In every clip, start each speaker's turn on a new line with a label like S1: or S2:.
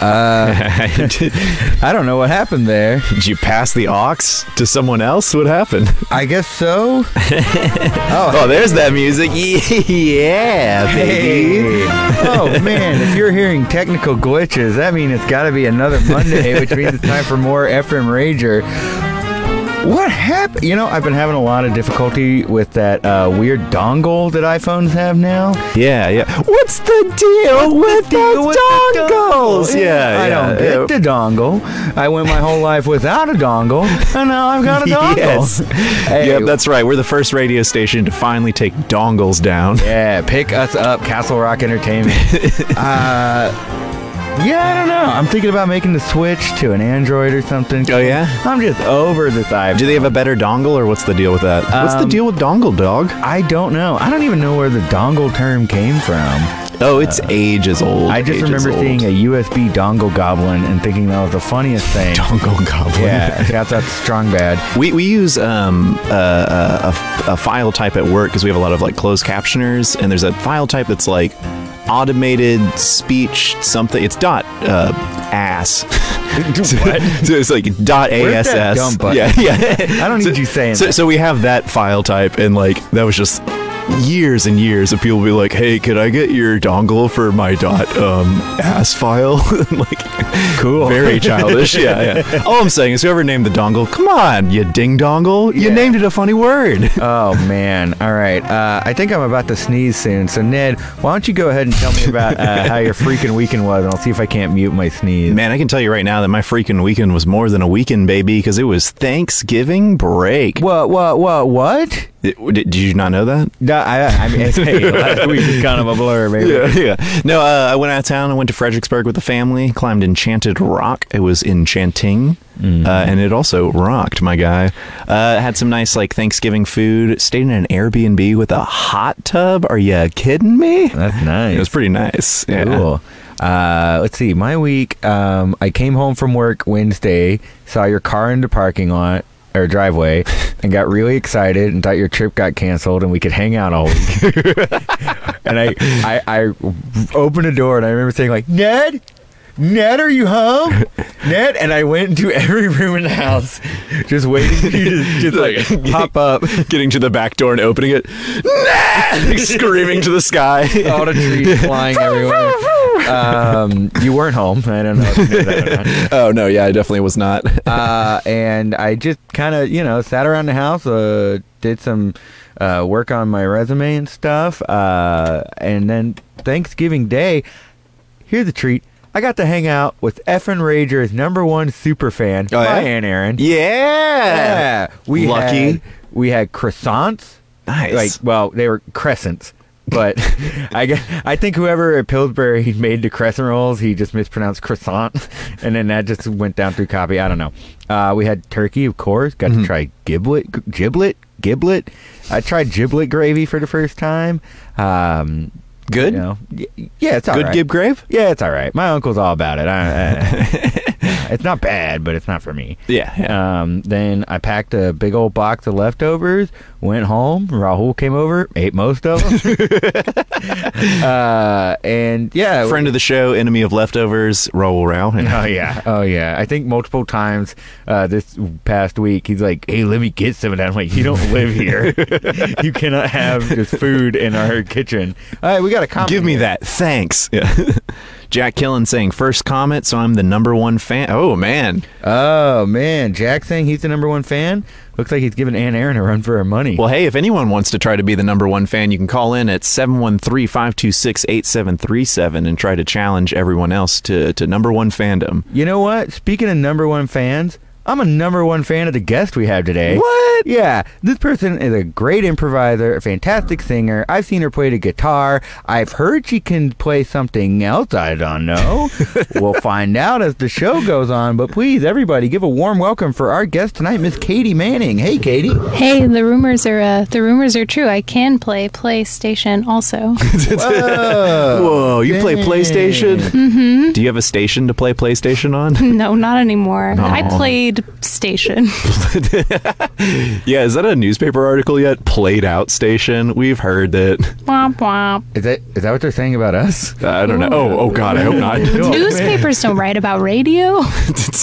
S1: did,
S2: I don't know what happened there.
S1: did you pass the ox to someone else? What happened?
S2: I guess so.
S1: Oh, there's that music. yeah, baby.
S2: oh man, if you're hearing technical glitches, that means it's got to be another Monday, which means it's time for more Ephraim Rager. What happened? You know, I've been having a lot of difficulty with that uh, weird dongle that iPhones have now.
S1: Yeah, yeah. What's the deal with the,
S2: with the
S1: dongles? Yeah, yeah.
S2: I don't
S1: yeah.
S2: get the dongle. I went my whole life without a dongle, and now I've got a dongle.
S1: Yes.
S2: Hey,
S1: Yep, that's right. We're the first radio station to finally take dongles down.
S2: Yeah, pick us up, Castle Rock Entertainment. uh, yeah, I don't know. I'm thinking about making the switch to an Android or something.
S1: Oh, yeah?
S2: I'm just over this iPhone.
S1: Do they have a better dongle, or what's the deal with that? what's the
S2: Um, uh,
S1: deal with dongle, dog?
S2: I don't know. I don't even know where the dongle term came from.
S1: Oh, it's ages old.
S2: I just
S1: ages
S2: remember
S1: old.
S2: seeing a USB dongle goblin and thinking that was the funniest thing.
S1: dongle goblin.
S2: yeah, that's that's strong bad.
S1: We, we use um, uh, uh, a, a file type at work because we have a lot of like closed captioners, and there's a file type that's like automated speech something. It's dot uh, ass. so, so it's like dot
S2: Where's
S1: ass.
S2: that dumb button?
S1: Yeah, yeah.
S2: I don't
S1: so,
S2: need you saying
S1: so,
S2: that.
S1: so we have that file type, and like that was just years and years of people be like, "Hey, could I get your dongle for my dot um, ass file?" like,
S2: Cool.
S1: very childish. yeah, yeah. All I'm saying is, whoever named the dongle, come on, you ding dongle, you
S2: Yeah.
S1: named it a funny word.
S2: Oh man! All right, uh, I think I'm about to sneeze soon. So Ned, why don't you go ahead and tell me about uh, how your freaking weekend was, and I'll see if I can't mute my sneeze.
S1: Man, I can tell you right now that my freaking weekend was more than a weekend, baby, because it was Thanksgiving break.
S2: What? What? What? What?
S1: It- Did, did you not know that?
S2: No, I, I mean, it's, hey, last week was kind of a blur, maybe.
S1: yeah, yeah. No, uh, I went out of town. I went to Fredericksburg with the family. Climbed Enchanted Rock. It was enchanting,
S2: Mm.
S1: uh, and it also rocked. My guy uh, had some nice like Thanksgiving food. Stayed in an Airbnb with a hot tub. Are you kidding me?
S2: That's
S1: It was
S2: nice.
S1: pretty nice. Yeah.
S2: Cool. Uh, let's see. My week, um, I came home from work Wednesday, saw your car in the parking lot or driveway, and got really excited and thought your trip got canceled and we could hang out all week. and I, I, I opened the door and I remember saying like, Ned. Ned, are you home? Ned, and I went into every room in the house, just waiting for you to just like pop up.
S1: Getting to the back door and opening it, nah! screaming to the sky.
S2: all the trees flying everywhere. um, you weren't home. I don't know. If you knew that or not.
S1: oh no, yeah, I definitely was not.
S2: Uh, and I just kind of, you know, sat around the house, uh, did some uh, work on my resume and stuff. Uh, and then Thanksgiving Day, here's a treat. I got to hang out with Effin Rager's number one super fan,
S1: Oh, yeah?
S2: my Aunt Erin.
S1: yeah.
S2: Yeah, we
S1: Lucky.
S2: had- we had croissants.
S1: Nice.
S2: Like, well, they were crescents, but I guess, I think whoever at Pillsbury made the crescent rolls, he just mispronounced croissant, and then that just went down through copy. I don't know. Uh, we had turkey, of course. Got
S1: Mm-hmm.
S2: to try giblet, g- giblet, giblet. I tried giblet gravy for the first time. Um,
S1: Good.
S2: you know, y- yeah, it's all
S1: Good
S2: right.
S1: Gib Grave.
S2: yeah, it's all right. My uncle's all about it. I, I, it's not bad, but it's not for me.
S1: Yeah. yeah.
S2: Um, then I packed a big old box of leftovers, went home. Rahul came over, ate most of them. uh, and yeah.
S1: friend of the show, enemy of leftovers, Raul Rao.
S2: Oh yeah, oh yeah. I think multiple times uh, this past week, he's like, "Hey, let me get some of that." I'm like, "You don't live here. you cannot have just food in our kitchen." All right, we got a comment.
S1: Give me
S2: here.
S1: that. Thanks. Yeah. Jack Killen saying first comment, so I'm the number one fan. Oh man.
S2: Oh man, Jack saying he's the number one fan. Looks like he's giving Ann Aaron a run for her money.
S1: Well, hey, if anyone wants to try to be the number one fan, you can call in at 713-526-8737 and try to challenge everyone else to, to number one fandom.
S2: You know what? Speaking of number one fans, I'm a number one fan of the guest we have today.
S1: What?
S2: Yeah, this person is a great improviser, a fantastic singer. I've seen her play the guitar. I've heard she can play something else I don't know. we'll find out as the show goes on, but please, everybody, give a warm welcome for our guest tonight, Miss Katie Manning. Hey, Katie.
S3: Hey, the rumors are uh, the rumors are true. I can play PlayStation also.
S1: Whoa, you play
S2: Uh, Dang.
S1: PlayStation? Mm-hmm. Do you have a station to play PlayStation on?
S3: no, not anymore. I played played station.
S1: Yeah, is that a newspaper article yet? Played out station. We've heard that.
S3: Womp womp.
S2: Is that is that what they're saying about us?
S1: I don't know. Oh, oh God, I hope not.
S2: Oh, man.
S3: Newspapers don't write about radio.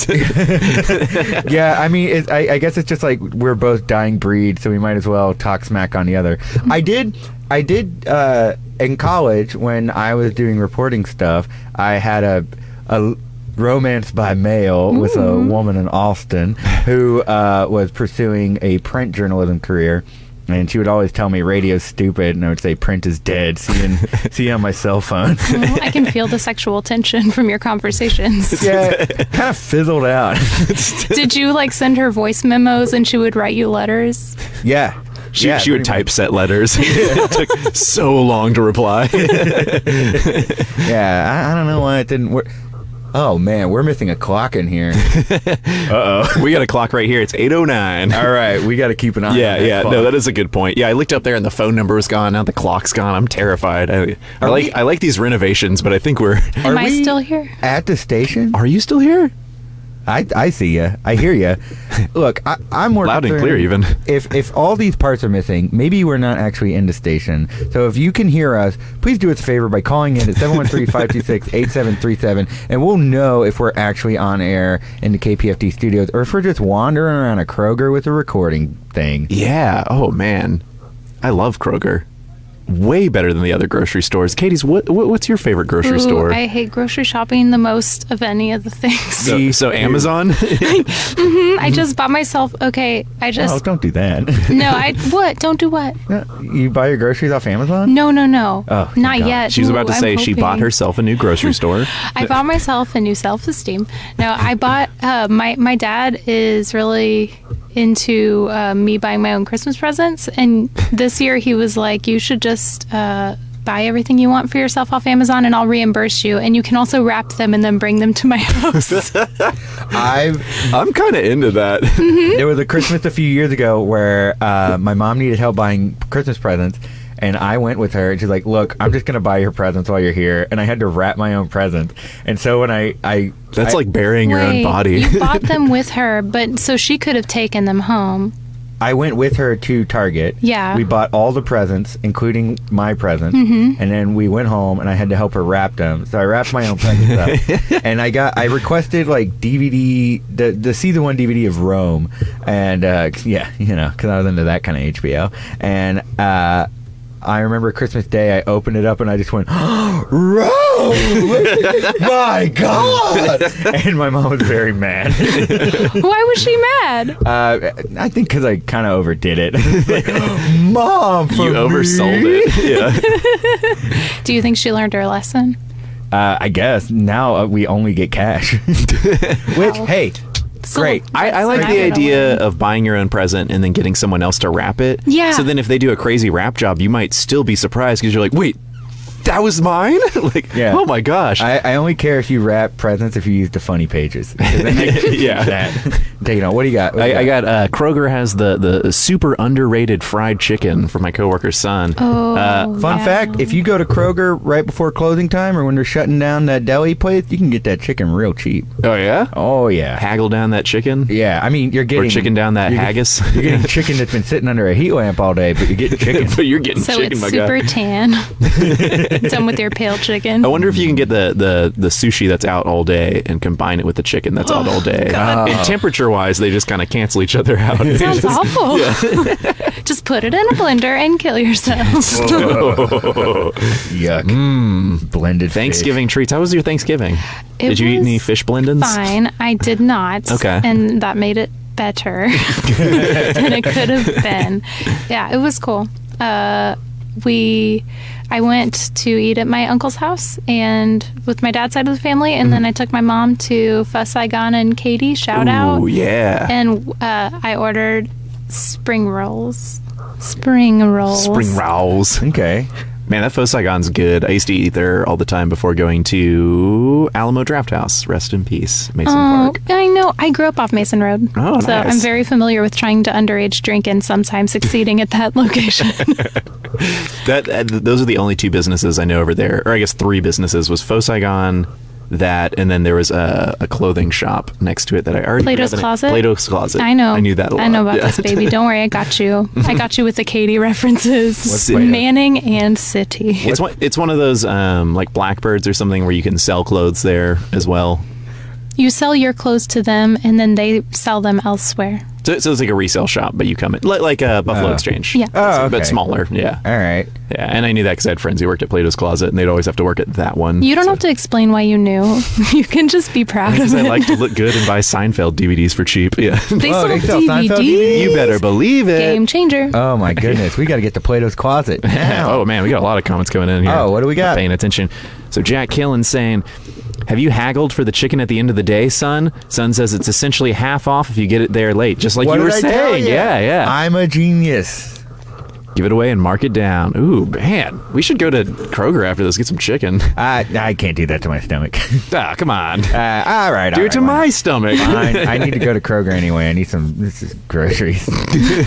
S2: yeah, I mean, it, I, I guess it's just like we're both dying breed, so we might as well talk smack on the other. I did, I did uh, in college when I was doing reporting stuff. I had a a romance by mail with a woman in Austin who uh, was pursuing a print journalism career. And she would always tell me radio's stupid, and I would say print is dead. See, in, see on my cell phone.
S3: Well, I can feel the sexual tension from your conversations.
S2: yeah, kind of fizzled out.
S3: Did you like send her voice memos and she would write you letters?
S2: yeah,
S1: She,
S2: Yeah,
S1: she would
S2: pretty much.
S1: typeset letters. it took so long to reply.
S2: Yeah, I, I don't know why it didn't work. Oh man, we're missing a clock in here.
S1: we got a clock right here. It's 809.
S2: All right, we got to keep an eye.
S1: Yeah,
S2: on that
S1: yeah.
S2: Clock.
S1: No, that is a good point. Yeah, I looked up there and the phone number was gone. Now the clock's gone. I'm terrified. I, I
S2: Are
S1: like
S2: we-
S1: I like these renovations, but I think we're.
S3: Am
S2: Are
S3: I
S2: we-
S3: still here?
S2: At the station,
S1: Are you still here?
S2: I I see you. I hear you. Look, I, I'm more
S1: Loud and
S2: concerned-
S1: clear, even.
S2: If if all these parts are missing, maybe we're not actually in the station. So if you can hear us, please do us a favor by calling in at 713-526-8737, and we'll know if we're actually on air in the KPFD studios or if we're just wandering around a Kroger with a recording thing.
S1: Yeah. Oh man, I love Kroger. Way better than the other grocery stores. Katie's, what, what what's your favorite grocery
S3: Ooh,
S1: store?
S3: I hate grocery shopping the most of any of the things.
S1: so,
S2: Me
S1: so
S2: too.
S1: Amazon.
S3: I just bought myself. Okay, I
S2: Oh,
S3: just
S2: don't do that.
S3: no. I what? Don't do what?
S2: Yeah, You buy your groceries off Amazon?
S3: No, no, no.
S2: Oh, thank
S3: not
S2: God.
S3: yet.
S1: She was
S3: Ooh,
S1: about to
S3: I'm
S1: say she bought
S3: hoping.
S1: herself a new grocery store.
S3: I bought myself a new self-esteem. No, I bought uh, my my dad is really into uh, me buying my own Christmas presents, and this year he was like, "You should just uh, buy everything you want for yourself off Amazon, and I'll reimburse you, and you can also wrap them and then bring them to my house."
S2: I've
S1: I'm kind of into that.
S2: there was a Christmas a few years ago where uh, my mom needed help buying Christmas presents, and I went with her. And she's like, "Look, I'm just gonna buy your presents while you're here," and I had to wrap my own presents. And so when I, I
S1: That's
S2: I-
S1: like burying your own
S3: Wait,
S1: body.
S3: you bought them with her, but so she could have taken them home.
S2: I went with her to Target.
S3: Yeah.
S2: we bought all the presents, including my present, and then we went home, and I had to help her wrap them. So I wrapped my own presents up, and I got I requested like DVD the the season one DVD of Rome, and uh, yeah, you know, because I was into that kind of HBO, and. uh I remember Christmas Day. I opened it up and I just went, "Rome! My God!" And my mom was very mad.
S3: Why was she mad?
S2: Uh, I think because I kind of overdid it. Like, oh, Mom, for
S1: You oversold it. Yeah.
S3: Do you think she learned her lesson?
S2: it. Uh, I guess now uh, we only get cash. Which, hey,
S3: Still
S2: great.
S1: I, I like
S3: I
S1: the
S3: would've
S1: idea
S3: went.
S1: of buying your own present and then getting someone else to wrap it.
S3: Yeah.
S1: So then if they do a crazy wrap job, you might still be surprised because you're like, wait, that was mine? like,
S2: Yeah.
S1: oh my gosh.
S2: I, I only care if you wrap presents if you use the funny pages. 'Cause then I can
S1: Yeah.
S2: use That. Take it on. What do you got? What do you
S1: I, I got uh, Kroger has the, the super underrated fried chicken for my coworker's son.
S3: Oh,
S2: Fun
S1: Uh,
S3: yeah.
S2: fact: If you go to Kroger right before closing time or when they're shutting down that deli place, you can get that chicken real cheap.
S1: Oh yeah,
S2: Oh yeah,
S1: haggle down that chicken
S2: yeah. I mean, you're
S1: or
S2: getting
S1: chicken down that
S2: you're get-
S1: haggis.
S2: You're getting chicken that's been sitting under a heat lamp all day, but you're getting chicken.
S1: but you're getting
S3: So
S1: chicken,
S3: it's
S1: my
S3: super
S1: guy.
S3: tan. Done with your pale chicken.
S1: I wonder if you can get the, the, the sushi that's out all day and combine it with the chicken that's out all day.
S3: Oh, God.
S1: And temperature wise, they just kind of cancel each other out. It's
S3: Sounds
S1: just-
S3: awful. Just put it in a blender and kill yourself.
S2: Yuck. Blended
S1: Mm. Thanksgiving treats. How was your Thanksgiving?
S3: It
S1: Did you eat
S3: was
S1: any fish blendons?
S3: Fine, I did not.
S1: Okay.
S3: And that made it better than it could have been. Yeah, it was cool. Uh, we, I went to eat at my uncle's house and with my dad's side of the family, and then I took my mom to Pho Saigon and Katie. Shout out.
S1: Mm-hmm. Ooh, yeah.
S3: and uh, I ordered spring rolls. Spring rolls.
S1: Spring rolls.
S2: fish. Okay.
S1: Man, that Pho Saigon's good. I used to eat there all the time before going to Alamo Draft House. Rest in peace, Mason
S3: Oh,
S1: Park.
S3: I know. I grew up off Mason Road,
S1: Oh,
S3: so
S1: nice.
S3: I'm very familiar with trying to underage drink and sometimes succeeding at that location.
S1: That uh, th- those are the only two businesses I know over there, or I guess three businesses was Pho Saigon, that, and then there was a, a clothing shop next to it that I already forgot
S3: Plato's
S1: the name-
S3: Closet?
S1: Plato's Closet.
S3: I know.
S1: I knew that. A lot.
S3: I know about
S1: Yeah.
S3: this, baby. Don't worry, I got you. I got you with the Katie references.
S1: What's Play-Doh?
S3: Manning and City.
S1: It's one. It's one of those um, like blackbirds or something where you can sell clothes there as well.
S3: You sell your clothes to them, and then they sell them elsewhere.
S1: So, so it's like a resale shop, but you come in li- like a Buffalo
S2: Oh.
S1: Exchange.
S3: Yeah.
S2: Oh, okay.
S1: but smaller. Yeah,
S2: All right.
S1: yeah. And I knew that because I had friends who worked at Plato's Closet, and they'd always have to work at that one.
S3: You don't
S1: So-
S3: have to explain why you knew. you can just be proud of
S1: Because I
S3: it.
S1: like to look good and buy Seinfeld DVDs for cheap. Yeah.
S3: they
S2: Whoa,
S3: sold
S2: they sell Seinfeld
S3: DVDs.
S2: DVDs?
S1: you better believe it.
S3: Game changer.
S2: Oh my goodness, we got to get to Plato's closet now.
S1: Oh man, we got a lot of comments coming in here.
S2: Oh, what do we
S1: Not
S2: got?
S1: Paying attention. So Jack Killen saying, "Have you haggled for the chicken at the end of the day, son?" Son says it's essentially half off if you get it there late, just like
S2: What
S1: you were
S2: did I tell
S1: saying.
S2: ya?
S1: Yeah, yeah.
S2: I'm a genius.
S1: Give it away and mark it down. Ooh, man, we should go to Kroger after this, get some chicken.
S2: I I can't do that to my stomach.
S1: ah, come on,
S2: Uh, all right,
S1: do it to my stomach.
S2: Fine. I need to go to Kroger anyway. I need some this is groceries.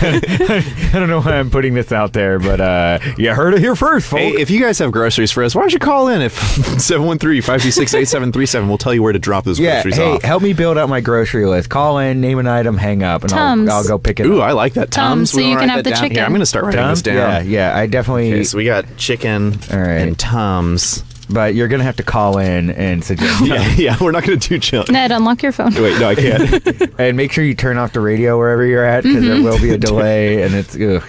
S2: I don't know why I'm putting this out there, but uh, you heard it here first, folks.
S1: Hey, if you guys have groceries for us, why don't you call in if 713-526-8737 we'll tell you where to drop those
S2: yeah,
S1: groceries
S2: hey,
S1: off.
S2: help me build out my grocery list. Call in, name an item, hang up, and I'll,
S3: Tums.
S2: I'll go pick it
S1: Ooh,
S2: up.
S1: I like that. Tums,
S3: Tums, so
S1: we
S3: you
S1: wanna
S3: can
S1: write
S3: have
S1: that
S3: the
S1: down. Here,
S3: chicken.
S1: I'm going to start writing
S2: Tums?
S1: this down.
S2: Yeah, yeah. I definitely.
S1: Okay, so we got chicken
S2: All right.
S1: and Tums.
S2: but you're gonna have to call in and suggest.
S1: Yeah, yeah, we're not going to do chili.
S3: Ned, unlock your phone.
S1: Wait, no, I can't.
S2: and make sure you turn off the radio wherever you're at because there will
S3: Mm-hmm.
S2: be a delay and it's ugh.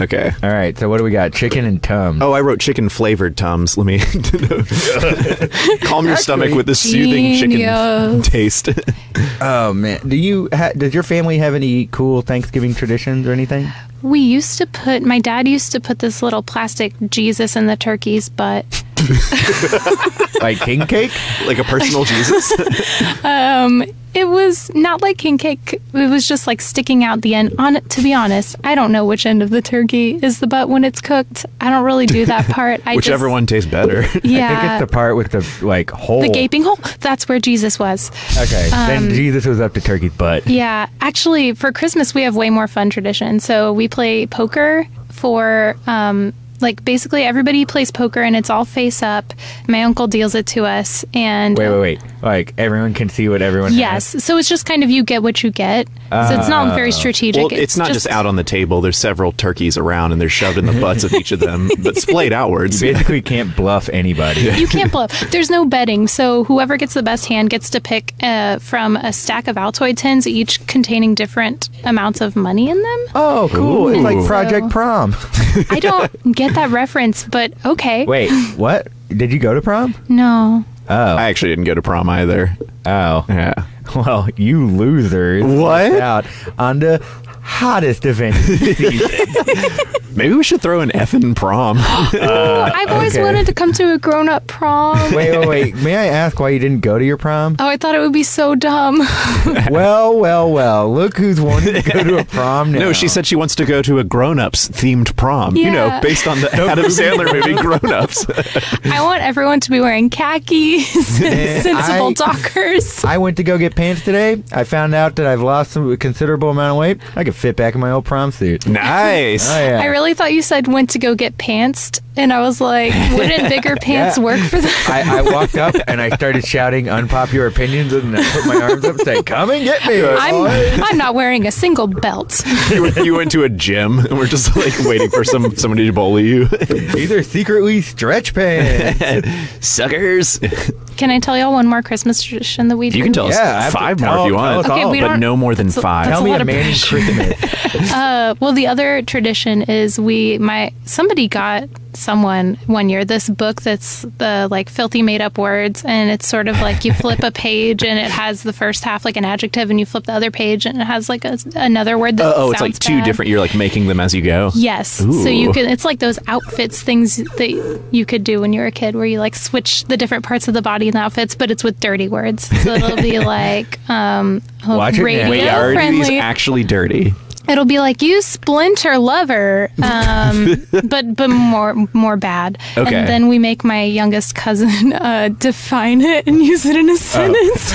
S1: okay.
S2: all right so what do we got chicken and tums
S1: Oh, I wrote chicken flavored Tums. Let me calm your stomach with the soothing chicken
S3: Genius.
S1: taste.
S2: oh man do you ha- does your family have any cool thanksgiving traditions or anything
S3: We used to put, my dad used to put this little plastic Jesus in the turkey's butt.
S2: like king cake
S1: like a personal Jesus.
S3: It was not like king cake. It was just like sticking out the end. On to be honest, I don't know which end of the turkey is the butt when it's cooked. I don't really do that part. I
S1: Whichever
S3: just,
S1: one tastes better.
S3: Yeah,
S2: i think it's the part with the like hole
S3: the gaping hole. That's where Jesus was.
S2: okay then jesus was up to turkey's butt
S3: Yeah, actually, for Christmas we have way more fun traditions. So we play poker for um, like basically everybody plays poker and it's all face up. My uncle deals it to us, and
S2: wait wait wait like everyone can see what everyone has.
S3: yes, so it's just kind of you get what you get. so it's not very strategic.
S1: Uh, Well, it's not just, out on the table. There's several turkeys around, and they're shoved in the butts of each of them, but splayed outwards.
S2: you basically can't bluff anybody
S3: you can't bluff. There's no betting, so whoever gets the best hand gets to pick uh, from a stack of Altoid tins, each containing different amounts of money in them.
S2: oh cool it's like
S1: Ooh.
S2: project
S3: So-
S2: prom
S3: I don't get that reference, but okay.
S2: wait what did you go to prom
S3: No.
S1: I actually didn't go to prom either.
S2: oh
S1: Yeah.
S2: Well, you losers.
S1: What?
S2: missed Out on the hottest event.
S1: Maybe we should throw an effing prom. Uh,
S3: Oh, I've always
S2: okay.
S3: wanted to come to a grown up prom.
S2: wait, wait, wait. May I ask why you didn't go to your prom?
S3: Oh, I thought it would be so dumb.
S2: well, well, well. Look who's wanting to go to a prom now.
S1: No, she said she wants to go to a grown ups themed prom. You know,
S3: Yeah.
S1: based on the Adam Sandler movie Grown Ups.
S3: I want everyone to be wearing khakis
S2: Eh,
S3: and sensible
S2: I-
S3: dockers.
S2: I went to go get pants today. I found out that I've lost some a considerable amount of weight. I could fit back in my old prom suit.
S1: nice.
S2: Oh yeah.
S3: I really thought you said went to go get pantsed, and I was like, wouldn't bigger pants work for that?
S2: I, I walked up and I started shouting unpopular opinions and I put my arms up and said, Come and get me. boy."
S3: I'm I'm not wearing a single belt.
S1: You, you went to a gym and we're just like waiting for some somebody to bully you.
S2: These are secretly stretch pants.
S1: Suckers.
S3: Can I tell y'all one more Christmas tradition that we do?
S1: You can tell
S2: Yeah, I have
S1: us
S2: to
S1: five
S2: tell-
S1: more if you
S2: tell
S1: want,
S2: us
S3: Okay, all. we
S1: but
S3: don't-
S1: no more than
S3: that's a-
S1: five.
S3: that's
S2: Tell
S3: a
S2: me
S3: lot
S2: a
S3: of
S2: man in Christmas.
S3: Uh, well, the other tradition is we my somebody got someone one year this book that's the like filthy made up words, and it's sort of like you flip a page and it has the first half like an adjective, and you flip the other page and it has like a, another word that
S1: Uh, oh, it's like
S3: sounds
S1: two
S3: bad.
S1: different. You're like making them as you go.
S3: Yes, so you
S1: Ooh.
S3: can. It's like those outfits things that you could do when you were a kid, where you like switch the different parts of the body in the outfits, but it's with dirty words. So it'll be like um,
S2: Watch it now.
S3: radio
S2: Wait,
S1: are these
S3: friendly.
S1: actually dirty?
S3: It'll be like you splinter lover, um, but but more more bad.
S1: Okay.
S3: And then we make my youngest cousin uh, define it and use it in
S2: Oh.
S3: a sentence.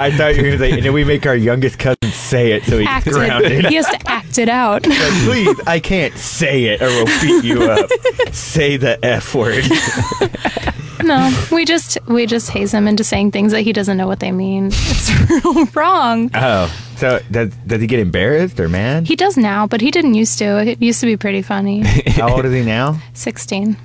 S2: I thought you were going to say, and then we make our youngest cousin say it so he
S3: act
S2: gets grounded.
S3: it. He has to act it out.
S2: Like, Please, I can't say it or we'll beat you up. say the F word.
S3: No, we just we just haze him into saying things that he doesn't know what they mean. It's real wrong.
S2: Oh, so does, does he get embarrassed or mad?
S3: He does now, but he didn't used to. It used to be pretty funny.
S2: How old is he now?
S3: Sixteen.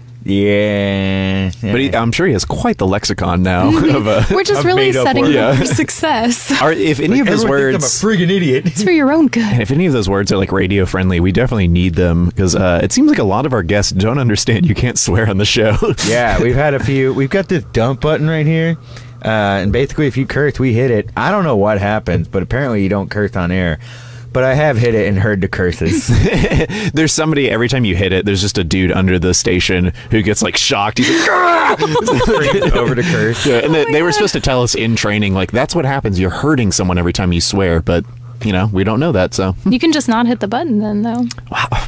S2: Yeah,
S1: But he, I'm sure he has quite the lexicon now of uh,
S3: We're just
S2: I've
S3: really
S2: made up
S3: setting
S2: words.
S3: him up for
S1: Yeah.
S3: success.
S1: Are, if any of those words,
S2: I'm a friggin' idiot.
S3: It's for your own good.
S1: if any of those words are like radio friendly, we definitely need them because uh, it seems like a lot of our guests don't understand you can't swear on the show.
S2: yeah, we've had a few. We've got this dump button right here. Uh, and basically, if you curse, we hit it. I don't know what happens, but apparently you don't curse on air. But I have hit it and heard the curses.
S1: there's somebody every time you hit it. There's just a dude under the station who gets like shocked. He's like, "Ah!"
S2: over the curse.
S1: Yeah, and they-
S3: Oh my
S1: they were
S3: God.
S1: supposed to tell us in training like that's what happens. You're hurting someone every time you swear, but you know we don't know that, so
S3: You can just not hit the button then, though.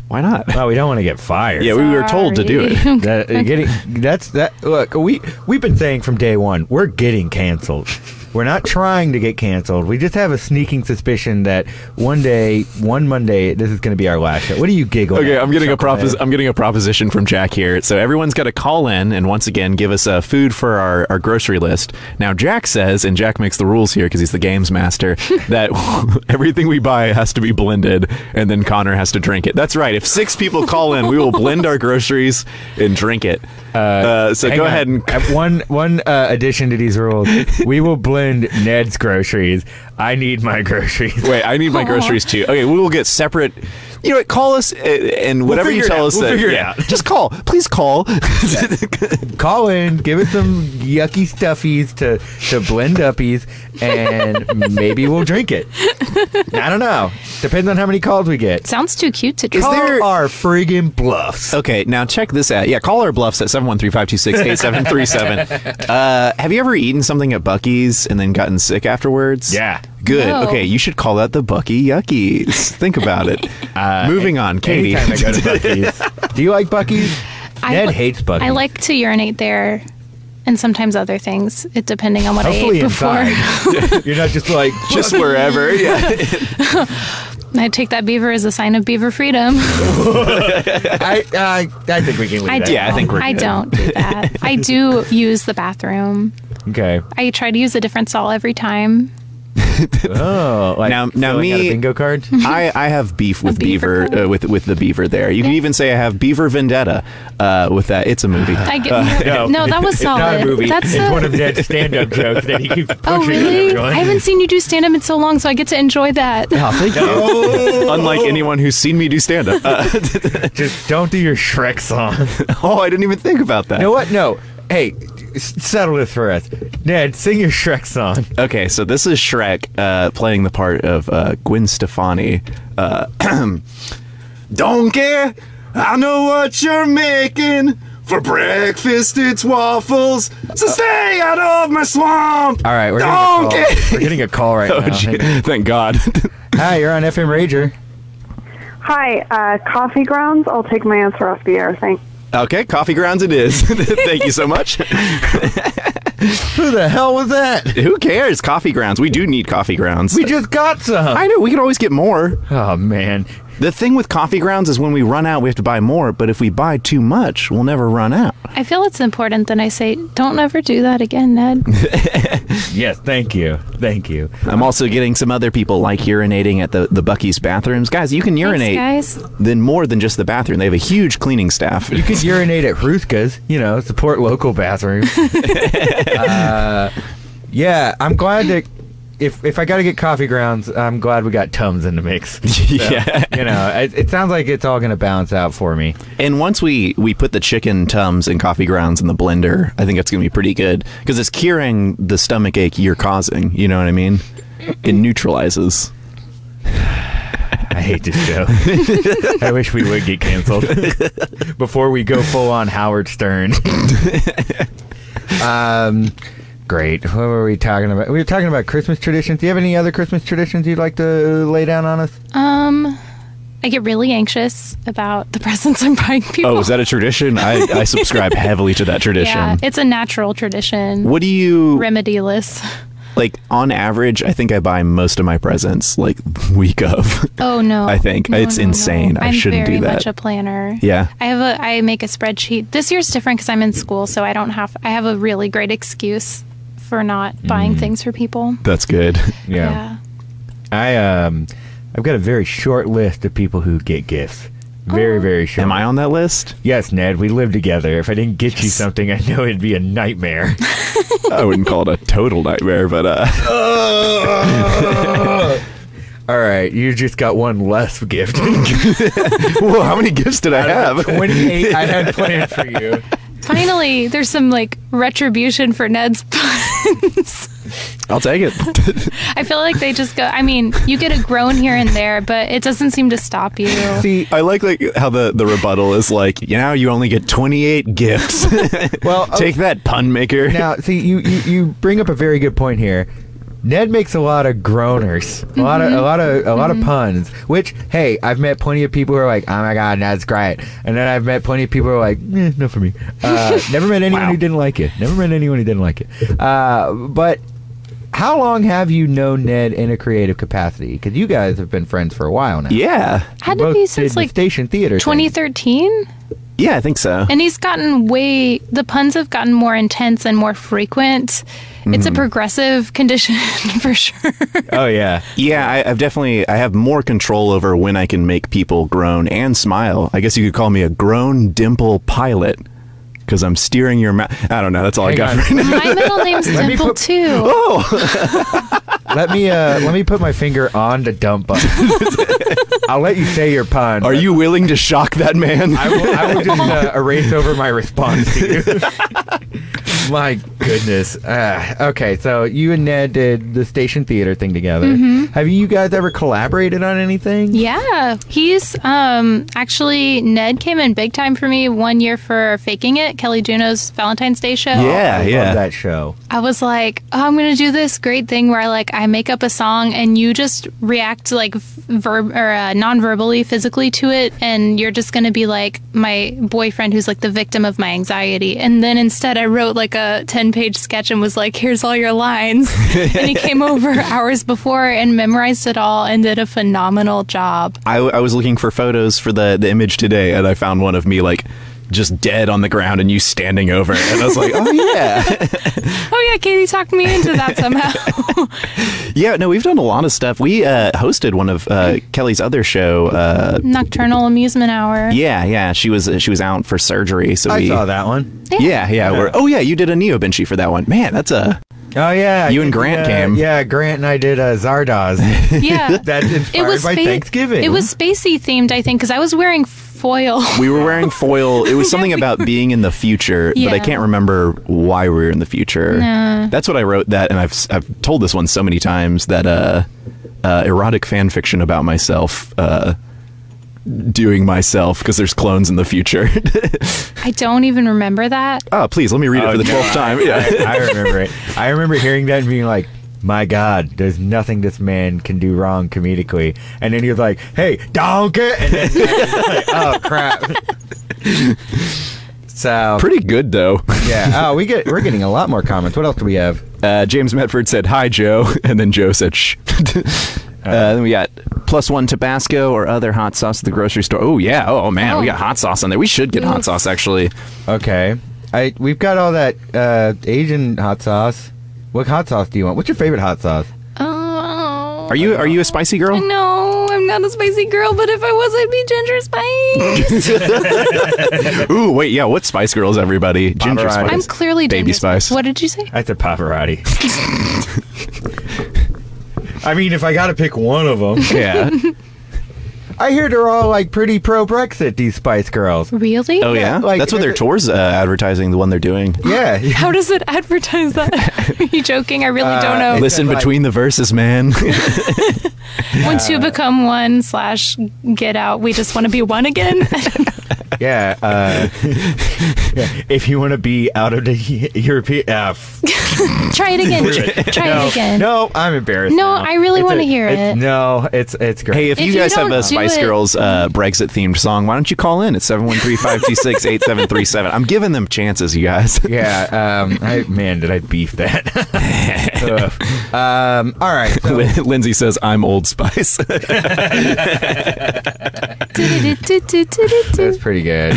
S1: why not?
S2: Well, we don't want to get fired.
S1: Yeah, we were told to do it.
S3: Sorry.
S2: That, uh, getting that's that. Look, we we've been saying from day one we're getting canceled. We're not trying to get canceled. We just have a sneaking suspicion that one day, one Monday, this is going to be our last show. What are you giggling?
S1: Okay,
S2: at,
S1: I'm getting a propos-
S2: chucklehead?
S1: I'm getting a proposition from Jack here. So everyone's got to call in and once again give us uh, food for our, our grocery list. Now Jack says, and Jack makes the rules here because he's the games master, that everything we buy has to be blended, and then Connor has to drink it. That's right. If six people call in, we will blend our groceries and drink it. Uh, so
S2: Hang
S1: go
S2: on.
S1: ahead and
S2: Uh, one one uh, addition to these rules. we will blend Ned's groceries. I need my groceries.
S1: wait. I need my groceries too. Okay, we will get separate. You know what? Call us uh, and whatever
S2: figure
S1: you
S2: it
S1: tell
S2: out.
S1: us.
S2: We'll
S1: that-
S2: figure it
S1: yeah,
S2: out.
S1: Just call. Please call.
S2: Call in, give us some yucky stuffies to to blend uppies, and maybe we'll drink it. I don't know. Depends on how many calls we get.
S3: Sounds too cute to
S2: Call
S3: try.
S1: there-
S2: our friggin' bluffs.
S1: Okay, now check this out. Yeah, call our bluffs at 713-526-8737. uh, have you ever eaten something at Bucky's and then gotten sick afterwards?
S2: Yeah.
S1: Good.
S3: No.
S1: Okay, you should call that the Bucky Yuckies. Think about it. Moving on, Katie.
S2: Uh, Anytime I go to Bucky's. Do you like Bucky's?
S3: I
S2: Ned
S3: li-
S2: hates Bucky's.
S3: I like to urinate there, and sometimes other things, it depending on what I
S2: Hopefully
S3: ate before.
S2: inside. You're not just like
S1: Just wherever. Yeah.
S3: I take that beaver as a sign of beaver freedom.
S2: I, I, I think we can leave
S3: I
S2: that.
S3: do.
S1: Yeah, I think we're
S3: I
S1: good.
S3: don't do that. I do use the bathroom.
S2: Okay.
S3: I try to use a different stall every time.
S2: Oh, like
S1: Now- now
S2: filling out
S1: me-
S2: a bingo card.
S1: I, I have beef with
S3: beaver
S1: Beaver, uh, with with the Beaver there. You can even say I have Beaver Vendetta uh, with that. It's a movie.
S3: I get, no, that was solid. That's a-
S2: Ned's stand-up jokes that he keeps
S3: oh really? I haven't seen you do stand up in so long, so I get to enjoy that.
S1: Oh, thank
S2: Oh.
S1: you. Unlike anyone who's seen me do stand up. Uh,
S2: Just don't do your Shrek song. you
S1: oh, I didn't even think about that.
S2: know what? No. Hey, s- settle this for us. Ned, sing your Shrek song.
S1: Okay, so this is Shrek uh, playing the part of uh, Gwen Stefani. Uh, Donkey, I know what you're making. For breakfast, it's waffles. So stay out of my swamp. Oh,
S2: All right, we're getting a call. We're getting a call right now.
S1: Thank God.
S2: Hi, you're on FM Rager.
S4: Hi, uh, coffee grounds. I'll take my answer off the air. Thanks.
S1: okay, coffee grounds it is. Thank you so much.
S2: Who the hell was that?
S1: Who cares? Coffee grounds. We do need coffee grounds.
S2: We just got some.
S1: I know, we could always get more.
S2: oh man,
S1: The thing with coffee grounds is when we run out, we have to buy more, but if we buy too much, we'll never run out.
S3: I feel it's important that I say, don't ever do that again, Ned.
S2: yes, thank you, thank you.
S1: I'm also getting some other people like urinating at the, the Bucky's bathrooms. Guys, you can urinate
S3: guys.
S1: then more than just the bathroom. They have a huge cleaning staff.
S2: You could urinate at Ruthka's, you know, support local bathrooms. Uh, yeah, I'm glad that if if I got to get coffee grounds, I'm glad we got Tums in the mix.
S1: yeah.
S2: You know, it, it sounds like it's all going to balance out for me.
S1: And once we, we put the chicken tums and coffee grounds in the blender, I think that's going to be pretty good because it's curing the stomach ache you're causing. You know what I mean? It neutralizes.
S2: I hate this show. I wish we would get canceled before we go full on Howard Stern. um, great. What were we talking about? We were talking about Christmas traditions. Do you have any other Christmas traditions you'd like to lay down on us?
S3: Um, I get really anxious about the presents I'm buying people.
S1: Oh, is that a tradition? I, I subscribe heavily to that tradition.
S3: yeah, it's a natural tradition,
S1: what do you
S3: remedyless.
S1: like on average, I think I buy most of my presents like week of.
S3: Oh no!
S1: I think.
S3: No,
S1: It's
S3: no, no.
S1: insane. I
S3: I'm
S1: shouldn't do
S3: very
S1: that.
S3: much a planner.
S1: Yeah.
S3: I have a. I make a spreadsheet. This year's different because I'm in school, so I don't have. I have a really great excuse for not
S1: Mm.
S3: buying things for people.
S1: That's good.
S2: Yeah. I um, I've got a very short list of people who get gifts. Very, very short.
S1: Am I on that list?
S2: Yes, Ned. We live together. If I didn't get you
S1: Yes.
S2: something, I know it'd be a nightmare.
S1: I wouldn't call it a total nightmare, but uh,
S2: All right, you just got one less gift.
S1: whoa, how many gifts did I have?
S2: Twenty-eight. I had planned for you.
S3: Finally, there's some like retribution for Ned's puns.
S1: I'll take it.
S3: I feel like they just go. I mean, you get a groan here and there, but it doesn't seem to stop you.
S2: See,
S1: I like like how the the rebuttal is like, you know, you only get 28 gifts.
S2: well, okay,
S1: Take that pun maker.
S2: now see you, you you bring up a very good point here. Ned makes a lot of groaners, a lot of
S3: Mm-hmm.
S2: a lot of a lot of puns. Which, hey, I've met plenty of people who are like, "Oh my god, Ned's great," and then I've met plenty of people who are like, eh, "Not for me." Uh, never met anyone who didn't like it. Never met anyone who didn't like it. Uh, but how long have you known Ned in a creative capacity? Because you guys have been friends for a while now.
S1: Yeah.
S3: Had
S2: You
S3: to
S2: both
S3: be
S2: did
S3: since
S2: the
S3: like
S2: station theater. thing.
S3: 2013.
S1: Yeah, I think so.
S3: And he's gotten way, the puns have gotten more intense and more frequent. It's a
S2: Hmm.
S3: progressive condition for sure.
S2: Oh yeah.
S1: Yeah, I, I've definitely I have more control over when I can make people groan and smile. I guess you could call me a groan dimple pilot because I'm steering your mouth. I don't know. That's all
S2: Hang
S1: I got
S2: on.
S1: right now.
S3: My middle name's
S2: Let me Oh!
S3: Dimple
S2: put-
S3: too.
S2: let me uh, let me put my finger on the dump button. I'll let you say your pun.
S1: Are
S2: but
S1: you willing to shock that man?
S2: I will, I will just uh, erase over my response to you. my goodness. Uh, okay, so you and Ned did the station theater thing together. Have you guys ever collaborated on anything?
S3: Mm-hmm. Yeah. He's um actually Ned came in big time for me one year for faking it, Kelly Juno's Valentine's Day show.
S1: Yeah.
S2: Oh, I love
S1: yeah.
S2: that show.
S3: I was like, oh, I'm gonna do this great thing where I like I make up a song and you just react like verb or uh, non-verbally, physically to it, and you're just gonna be like my boyfriend who's like the victim of my anxiety. And then instead, I wrote like a ten-page sketch and was like, here's all your lines. and he came over hours before and memorized it all and did a phenomenal job.
S1: I, I was looking for photos for the, the image today, and I found one of me like just dead on the ground and you standing over, and I was like, oh yeah,
S3: Oh yeah, Katie talked me into that somehow.
S1: yeah. No, we've done a lot of stuff. We uh, hosted one of uh, Kelly's other show. Uh,
S3: Nocturnal amusement hour.
S1: yeah, yeah. She was she was out for surgery, so
S2: I
S1: we.
S2: saw that one.
S1: Yeah, yeah. We're, oh yeah, you did a Neo Benchy for that one. Man, that's a
S2: Oh yeah.
S1: You and
S2: I did,
S1: Grant
S2: uh,
S1: came.
S2: Yeah, Grant and I did uh, Zardoz.
S3: yeah.
S2: That's inspired by
S3: spa-
S2: Thanksgiving.
S3: It was spacey themed, I think, because I was wearing foil.
S1: we were wearing foil. It was something about being in the future, but I
S3: Yeah.
S1: can't remember why we were in the future. That's what I wrote that, and I've I've told this one so many times that uh, uh, erotic fan fiction about myself. Uh, doing myself because there's clones in the future.
S3: I don't even remember that.
S1: oh, please let me read it for the twelfth time. Yeah.
S2: I remember it. I remember hearing that and being like, "My God, there's nothing this man can do wrong comedically." And then he was like, "Hey, donkey!" And then I was like, "Oh crap!" So
S1: Pretty good though.
S2: yeah. Oh, we get we're getting a lot more comments. What else do we have?
S1: Uh, James Medford said, Hi, Joe. And then Joe said, Shh. Uh, then we got plus one Tabasco or other hot sauce at the grocery store. Oh, yeah. Oh, man. We
S3: Oh.
S1: got hot sauce on there. We should get hot sauce, actually.
S2: Okay, I we've got all that uh, Asian hot sauce. What hot sauce do you want? What's your favorite hot sauce?
S3: Oh.
S1: Are you are you a spicy girl?
S3: No, I'm not a spicy girl, but if I was, I'd be ginger spice.
S1: Ooh, wait. Yeah. What spice girls, everybody? Ginger
S2: Pavarotti.
S3: I'm
S1: spice.
S3: clearly
S1: Baby
S3: ginger
S1: spice.
S3: What did you say?
S2: I said Pavarotti. I mean, if I got to pick one of them.
S1: yeah.
S2: I hear they're all like pretty pro Brexit, these Spice Girls.
S3: Really?
S1: Oh, yeah.
S2: like-
S1: That's what their tour's uh, advertising, the one they're doing.
S2: Yeah.
S3: How does it advertise that? Are you joking? I really
S2: Uh,
S3: don't know.
S1: Listen
S2: like-
S1: between the verses, man. uh,
S3: Once you become one slash get out, we just want to be one again.
S2: yeah, uh, if you want to be out of the European, uh, f-
S3: Try it again. Try
S2: no,
S3: it again.
S2: no, I'm embarrassed.
S3: No,
S2: now.
S3: I really
S2: It's a-
S3: wanna hear
S2: it's-
S3: it.
S2: No, it's it's great.
S1: Hey, if,
S3: If
S1: you
S3: you
S1: guys have
S3: don't
S1: a
S3: do
S1: Spice
S3: it-
S1: Girls uh, Brexit themed song, why don't you call in at 713 526 8737? I'm giving them chances, you guys.
S2: yeah, um, I, man, did I beef that? Ugh. um, all right, so-
S1: Lin- Lindsay says, I'm Old Spice.
S2: That's pretty good.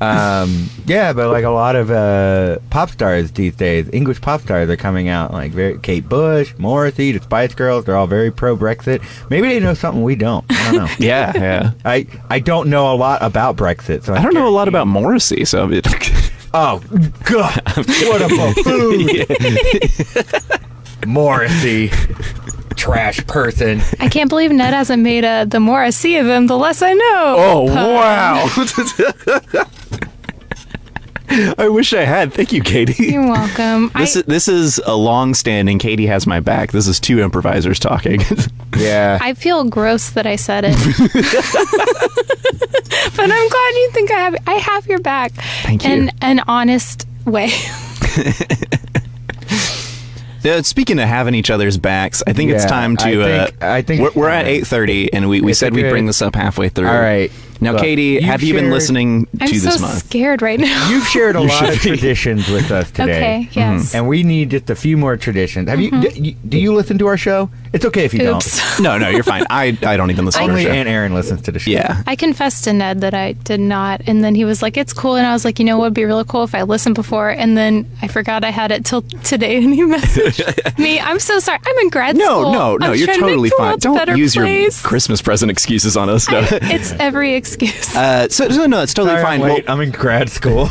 S2: um, yeah, but like a lot of uh, pop stars these days, English pop stars are coming out. Like very, Kate Bush, Morrissey, the Spice Girls. They're all very pro Brexit. Maybe they know something we don't. I don't know.
S1: yeah, yeah.
S2: I, I don't know a lot about Brexit, so
S1: I don't know a lot about Morrissey, so it,
S2: Oh God! what a buffoon! Morrissey, trash person.
S3: I can't believe Ned hasn't made a the more I see of him, the less I know. Oh,
S1: wow. I wish I had. Thank you, Katie.
S3: You're welcome.
S1: This
S3: I,
S1: is, this is a long standing. Katie has my back. This is two improvisers talking.
S2: Yeah.
S3: I feel gross that I said it. but I'm glad you think I have I have your back.
S1: Thank you.
S3: In an honest way.
S1: Uh, speaking of having each other's backs, I think it's
S2: Yeah,
S1: time to.
S2: I
S1: uh,
S2: think- I think
S1: we're,
S2: it's
S1: we're at
S2: time.
S1: eight thirty, and we, we
S2: It's
S1: said we'd
S2: okay.
S1: bring this up halfway through.
S2: All right.
S1: Now,
S2: Look,
S1: Katie,
S2: you
S1: have you been
S2: shared-
S1: listening to
S3: I'm so
S1: this month?
S3: scared right now.
S2: You've shared a lot of
S1: should be.
S2: traditions with us today. Mm-hmm.
S3: Okay, yes. Mm-hmm.
S2: And we need just a few more traditions. Have you, do you? Do you listen to our show? It's okay if you
S3: Oops.
S1: No, no, you're fine. I I don't even listen
S2: don't.
S1: to her
S2: Only
S1: show.
S2: Aunt Erin listens to the show.
S1: yeah.
S3: I confessed to Ned that I did not, and then he was like, "It's cool," and I was like, "You know what would be really cool if I listened before?" And then I forgot I had it till today, and he messaged me. I'm so sorry. I'm in grad
S1: No,
S3: school.
S1: no, no.
S3: I'm
S1: You're
S3: trying to make
S1: totally
S3: the
S1: fine.
S3: world a
S1: Don't
S3: better
S1: use
S3: place.
S1: your Christmas present excuses on us. No.
S3: I- it's every excuse.
S1: Uh, so, so no, it's totally
S2: Sorry,
S1: fine.
S2: I'm late. I'm in grad school.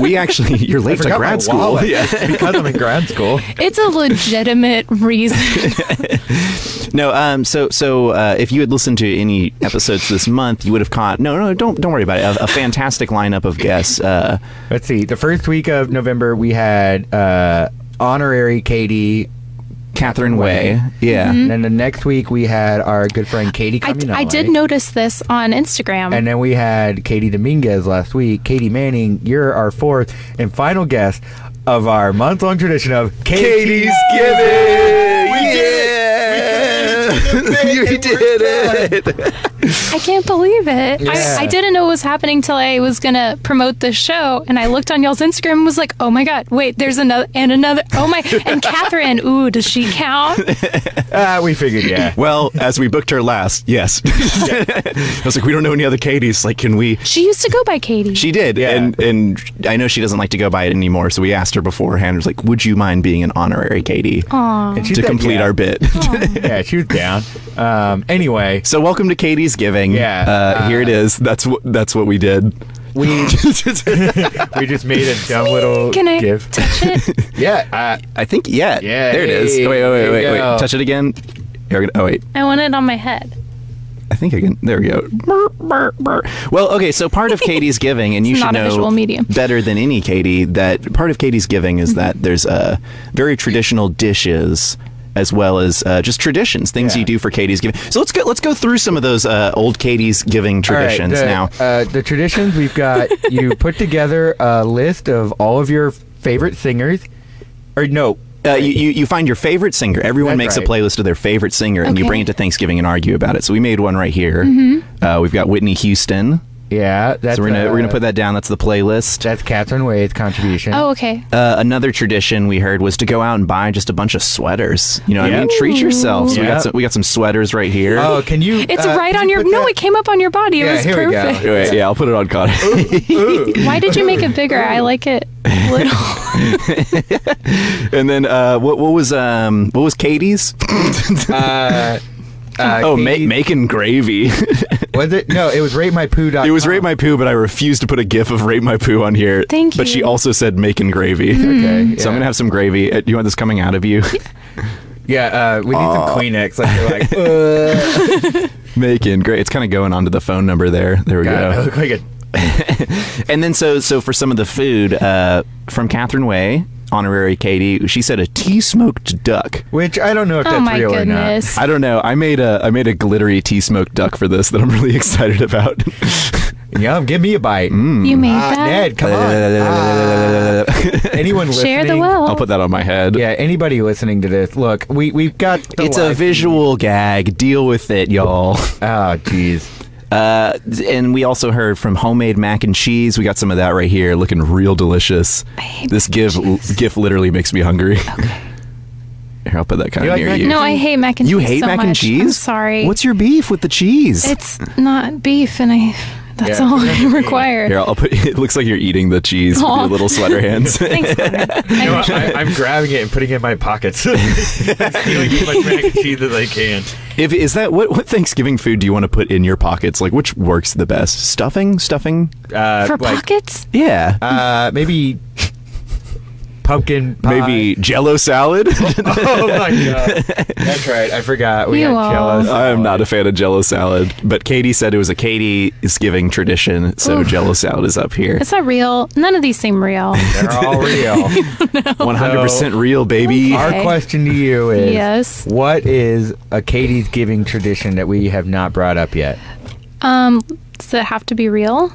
S1: we actually, you're late to
S2: Forgot my
S1: grad school.
S2: wallet
S1: Yeah.
S2: because I'm in grad school.
S3: it's a legitimate reason.
S1: No, um, so so uh, if you had listened to any episodes this month, you would have caught. No, no, don't don't worry about it. A, a fantastic lineup of guests. Uh,
S2: Let's see. The first week of November, we had uh, honorary Katie.
S1: Catherine Way. Yeah.
S3: Mm-hmm.
S2: And then the next week, we had our good friend Katie
S3: I,
S2: Caminelli.
S3: I did notice this on
S1: Mm-hmm.
S3: Instagram.
S2: And then we had Katie Dominguez last week. Katie Manning, you're our fourth and final guest of our month long tradition of Katie's Giving. We did.
S1: You did it.
S3: I can't believe it.
S2: Yeah.
S3: I, I didn't know what was happening till I was gonna promote the show, and I looked on y'all's Instagram and was like, "Oh my god, wait, there's another and another. Oh my, and Catherine. Ooh, does she count?
S2: Ah,
S1: Uh,
S2: we figured, yeah.
S1: Well, as we booked her last, yes. I was like, we don't know any other Katie's. Like, can we?
S3: She used to go by Katie.
S1: She did,
S2: Yeah.
S1: and and I know she doesn't like to go by it anymore. So we asked her beforehand. Was like, would you mind being an honorary Katie
S2: And she
S1: to
S2: said,
S1: complete
S2: yeah.
S1: our bit?
S2: Yeah, she was down. Um, anyway,
S1: so welcome to Katie's giving.
S2: Yeah.
S1: uh, here it is. That's what that's what we did.
S2: we we just made a dumb little
S3: Can I
S2: gift.
S3: touch it?
S2: Yeah, uh,
S1: I think yeah.
S2: Yeah,
S1: There it is.
S2: hey,
S1: Oh, wait, oh, wait,
S2: there
S1: wait,
S2: you
S1: wait.
S2: go.
S1: Touch it again. Here we go. Oh wait.
S3: I want it on my head.
S1: I think I can. There we go. Brr, brr, brr. Well, okay. So part of Katie's giving, and you
S3: It's
S1: should
S3: not a
S1: know
S3: visual medium.
S1: better than any Katie that part of Katie's giving is that there's uh, very traditional dishes. As well as uh, just traditions, things
S2: Yeah.
S1: you do for Katie's giving. So let's go. Let's go through some of those uh, old Katie's giving
S2: all right,
S1: traditions
S2: the,
S1: now.
S2: Uh, the traditions we've got. you put together a list of all of your favorite singers, or no,
S1: Uh, you, you you find your favorite singer. Everyone
S2: That's
S1: makes
S2: right.
S1: a playlist of their favorite singer, and you
S3: Okay. Mm-hmm.
S1: bring it to Thanksgiving and argue about it. So we made one right here. Uh, we've got Whitney Houston.
S2: yeah, that's
S1: So we're gonna
S2: uh,
S1: we're gonna put that down. That's the playlist.
S2: That's Catherine Wade's contribution.
S3: Oh, okay.
S1: Uh, another tradition we heard was to go out and buy just a bunch of sweaters. You know, what I mean,
S2: Yeah.
S1: treat yourself. So we
S2: Yeah.
S1: got some we got some sweaters right here.
S2: Oh, can you?
S3: It's
S2: uh,
S3: right
S2: can
S3: on
S2: you
S3: your.
S2: put
S3: No,
S2: that-
S3: it came up on your body. It
S2: Yeah,
S3: was
S2: here we go.
S3: perfect.
S1: Wait, yeah, I'll put it on Connie.
S3: Why did you make it bigger? I like it little.
S1: and then uh, what what was um what was Katie's?
S2: Uh, uh,
S1: oh, ma-
S2: Katie-
S1: making gravy.
S2: Was it? No, it was rate my poo.
S1: it was rape my poo, but I refused to put a gif of rape my poo on here.
S3: Thank
S1: But she
S3: you. Mm.
S1: also said making gravy.
S2: Okay. Yeah.
S1: So I'm gonna have some gravy. Uh, do you want this coming out of you?
S2: Yeah, uh, we need some Kleenex. Like, you're like, uh,
S1: making great. It's kind of going onto the phone number there. There we
S2: God, I
S1: go.
S2: look like a
S1: And then so so for some of the food uh, from Catherine Way, honorary Katie, she said a tea smoked duck.
S2: Which I don't know if
S3: Oh
S2: that's
S3: my
S2: real
S3: goodness.
S1: I don't know. I made a I made a glittery tea smoked duck for this that I'm really excited about.
S2: Yum, give me a bite.
S1: Mm.
S3: You made
S2: Ah,
S3: that.
S2: Ned, come on. Ah. anyone listening?
S3: Share the wealth.
S1: I'll put that on my head.
S2: Yeah, anybody listening to this, look, we we've got. The
S1: It's a
S2: live-
S1: visual gag. Deal with it, y'all.
S2: Oh, jeez.
S1: Uh, and we also heard from homemade mac and cheese. We got some of that right here, looking real delicious.
S3: hate
S1: This
S3: mac and
S1: gif gif literally makes me hungry. Okay. Here, I'll put that kind
S2: You
S1: of
S2: like
S1: near
S2: mac
S1: you.
S3: No, I hate mac and
S1: you
S3: cheese.
S1: hate
S3: so
S1: mac
S3: much.
S1: and cheese?
S3: I'm sorry.
S1: What's your beef with the cheese?
S3: it's not beef, and I. That's
S2: Yeah.
S3: all I require.
S1: Here, I'll put. It looks like you're eating the cheese with
S3: Aw.
S1: your little sweater hands.
S3: Thanks, Connor.
S2: You know
S3: I-
S2: what? I, I'm grabbing it and putting it in my pockets.
S5: Stealing as much mac and cheese as I can.
S1: if is that what what Thanksgiving food do you want to put in your pockets? Like which works the best? Stuffing, stuffing.
S2: Uh,
S3: for
S2: like,
S3: pockets?
S1: Yeah.
S2: Uh, maybe pumpkin. Pie.
S1: Maybe Jello salad.
S2: oh my god. That's right. I forgot. We
S3: You
S2: got
S3: all.
S2: jealous.
S1: I am not a fan of Jello salad, but Katie said it was a Katie is giving tradition, so Jello salad is up here.
S3: It's not real. None of these seem real.
S2: They're all real.
S1: One hundred percent real, baby.
S2: Our
S3: Okay.
S2: question to you is:
S3: Yes.
S2: What is a Katie's giving tradition that we have not brought up yet?
S3: Um, does it have to be real?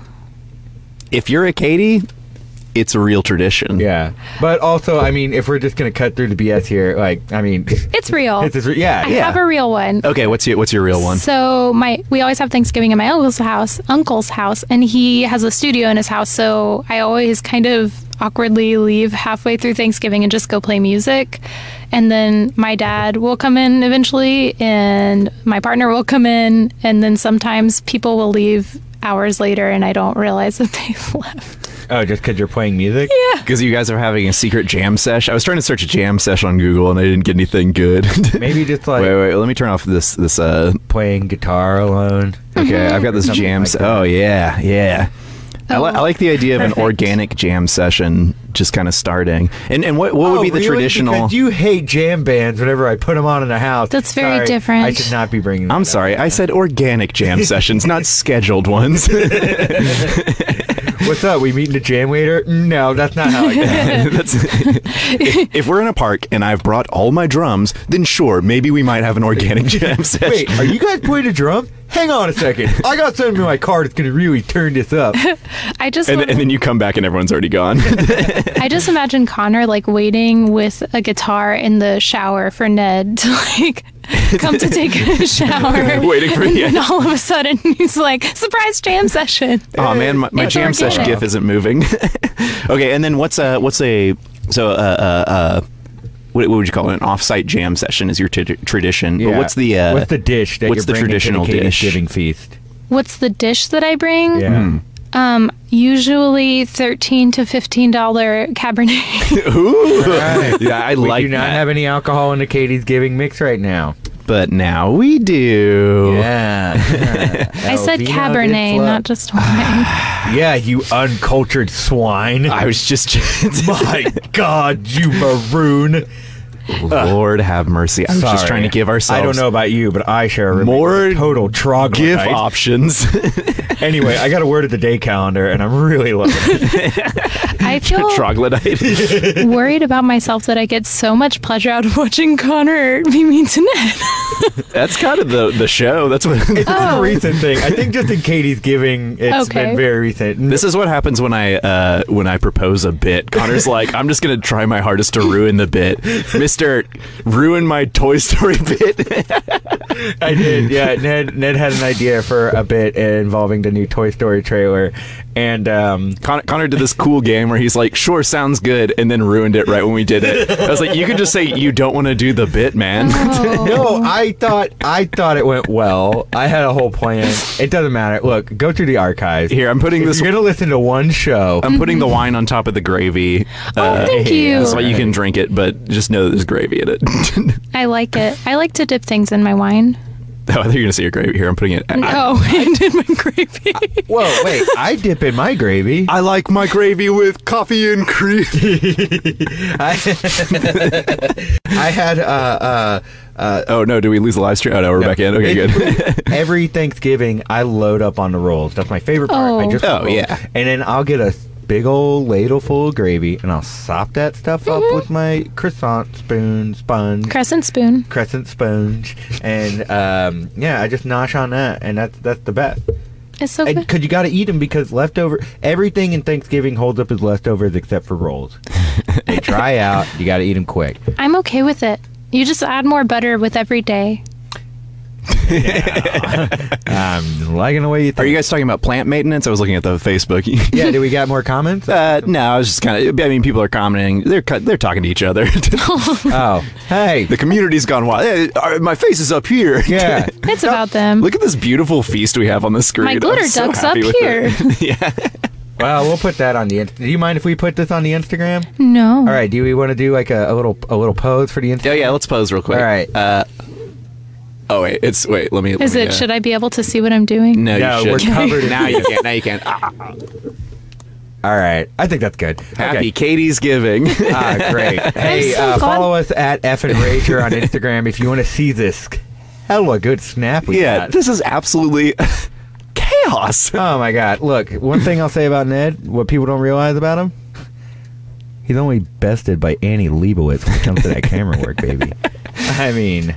S1: If you're a Katie, it's a real tradition.
S2: Yeah, but also, I mean, if we're just gonna cut through the BS here, like, I mean,
S3: It's real.
S2: it's just, yeah,
S3: Oh. I
S2: yeah.
S3: have a real one.
S1: Okay, what's your what's your real one?
S3: So my we always have Thanksgiving at my uncle's house, uncle's house, and he has a studio in his house. So I always kind of awkwardly leave halfway through Thanksgiving and just go play music, and then my dad will come in eventually, and my partner will come in, and then sometimes people will leave hours later, and I don't realize that they've left.
S2: Oh, just because you're playing music?
S1: Because you guys are having a secret jam sesh. I was trying to search a jam sesh on Google and I didn't get anything good.
S2: Maybe just like
S1: wait, wait, let me turn off this this uh
S2: playing guitar alone.
S3: Mm-hmm.
S1: Okay, I've got this
S2: Something
S1: jam.
S2: like
S1: se- oh yeah, yeah. I, li-
S3: Oh.
S1: I like the idea of an
S3: Perfect.
S1: organic jam session, just kind of starting. And and what what would be the traditional?
S2: Oh, Because you hate jam bands whenever I put them on in the house.
S3: That's very
S2: Sorry,
S3: different.
S2: I should not be bringing.
S1: I'm
S2: that up.
S1: sorry, I said organic jam sessions, not scheduled ones.
S2: What's up? We meeting the jam waiter? No, that's not how. I got it.
S1: That's, if, if we're in a park and I've brought all my drums, then sure, maybe we might have an organic jam session.
S2: Wait, are you guys playing a drum? Hang on a second. I got something in my car that's gonna really turn this up.
S3: I just
S1: and,
S3: wanna-
S1: and then you come back and everyone's already gone.
S3: I just imagine Connor like waiting with a guitar in the shower for Ned to like come to take a shower.
S1: Waiting for-
S3: and
S1: yeah.
S3: then all of a sudden he's like, surprise jam session.
S1: oh man, my, my
S3: It's
S1: jam session
S3: organic.
S1: gif isn't moving. okay, and then what's a what's a so uh uh uh what, what would you call it? An off-site jam session is your t- tradition. But what's the uh,
S2: what's the dish that
S1: what's
S2: you're
S1: the
S2: bringing
S1: traditional
S2: to the Katie's
S1: dish? Hmm.
S2: giving feast?
S3: What's the dish that I bring?
S2: Yeah.
S3: Um, usually thirteen to fifteen dollar Cabernet.
S1: Ooh. Yeah, I
S2: We
S1: like
S2: do not
S1: that.
S2: have any alcohol in the Katie's giving mix right now.
S1: but now we do.
S2: Yeah.
S3: I said Cabernet, not just wine.
S2: Yeah, you uncultured swine.
S1: I was just
S2: My God, you maroon.
S1: Lord have mercy. Uh, I was just
S2: Sorry.
S1: trying to give ourselves
S2: I don't know about you, but I share a roommate
S1: More
S2: with a total
S1: give
S2: troglodyte.
S1: options.
S2: Anyway, I got a word of the day calendar, and I'm really loving it.
S3: I feel
S1: Troglodyte.
S3: worried about myself that I get so much pleasure out of watching Connor be mean to Ned.
S1: That's kind of the the show. That's what
S2: It's a recent thing. I think just in Katie's giving, it's
S3: Okay.
S2: been very recent.
S1: This is what happens when I uh, when I propose a bit. Connor's like, I'm just gonna try my hardest to ruin the bit, Mister. Ruin my Toy Story bit.
S2: I did. Yeah, Ned. Ned had an idea for a bit involving the new Toy Story trailer, and um,
S1: Connor, Connor did this cool game where he's like, sure, sounds good, and then ruined it right when we did it. I was like, you could just say you don't want to do the bit, man.
S2: no, I thought I thought it went well. I had a whole plan. It doesn't matter. Look, go through the archives.
S1: Here, I'm putting
S2: If
S1: this.
S2: You're gonna listen to one show.
S1: I'm putting the wine on top of the gravy. Uh,
S3: Oh, thank you.
S1: That's why you can drink it, but just know that there's gravy in it. oh,
S3: I like it. I like to dip things in my wine.
S1: I thought you were gonna say your gravy. Here, I'm putting it.
S3: Oh, I Uh, did my gravy.
S2: Whoa, wait! I dip in my gravy.
S1: I like my gravy with coffee and cream.
S2: I, I had uh, uh, uh,
S1: Oh no, do we lose the live stream? Oh no, we're back in. Okay, good.
S2: every Thanksgiving. I load up on the rolls. That's my favorite part. I
S3: Oh.
S2: just
S1: Oh,
S2: roll.
S1: yeah.
S2: and then I'll get a big old ladle full of gravy, and I'll sop that stuff up with my croissant spoon sponge.
S3: Crescent spoon.
S2: Crescent sponge, and um, yeah, I just nosh on that, and that's that's the best.
S3: It's so
S2: And
S3: good.
S2: Cause you got to eat them because leftover everything in Thanksgiving holds up as leftovers except for rolls. they dry out. You got to eat them quick.
S3: I'm okay with it. You just add more butter with every day.
S2: I'm Um, liking the way you think.
S1: Are you guys talking about plant maintenance? I was looking at the Facebook.
S2: yeah. Do we got more comments?
S1: Uh, no, I was just kind of. I mean, people are commenting. They're cut. They're talking to each other. the
S2: oh, hey.
S1: community's gone wild. Hey, uh, my face is up here.
S2: Yeah.
S3: It's about them.
S1: Look at this beautiful feast we have on the screen.
S3: My glitter
S1: I'm so
S3: duck's
S1: happy
S3: up
S1: with
S3: here.
S1: it. yeah.
S2: Well, we'll put that on the. Inst- do you mind if we put this on the Instagram?
S3: No.
S2: All right. Do we want to do like a, a little a little pose for the Instagram?
S1: Oh yeah. Let's pose real quick.
S2: All right.
S1: Uh, oh wait. It's wait. Let me. uh,
S3: Is it? Should I be able to see what I'm doing?
S1: No,
S2: No,
S1: you should.
S2: we're covered in-
S1: now you can't. Now you can't. Ah,
S2: All right. I think that's good.
S1: happy
S2: Okay.
S1: Katie's giving.
S2: Ah, great. Hey,
S3: so
S2: uh,
S3: glad-
S2: follow us at F and Rager on Instagram if you want to see this hella good snap we
S1: yeah.
S2: got.
S1: This is absolutely chaos.
S2: Oh my God! Look, one thing I'll say about Ned, what people don't realize about him, he's only bested by Annie Leibovitz when it comes to that camera work, baby. I mean,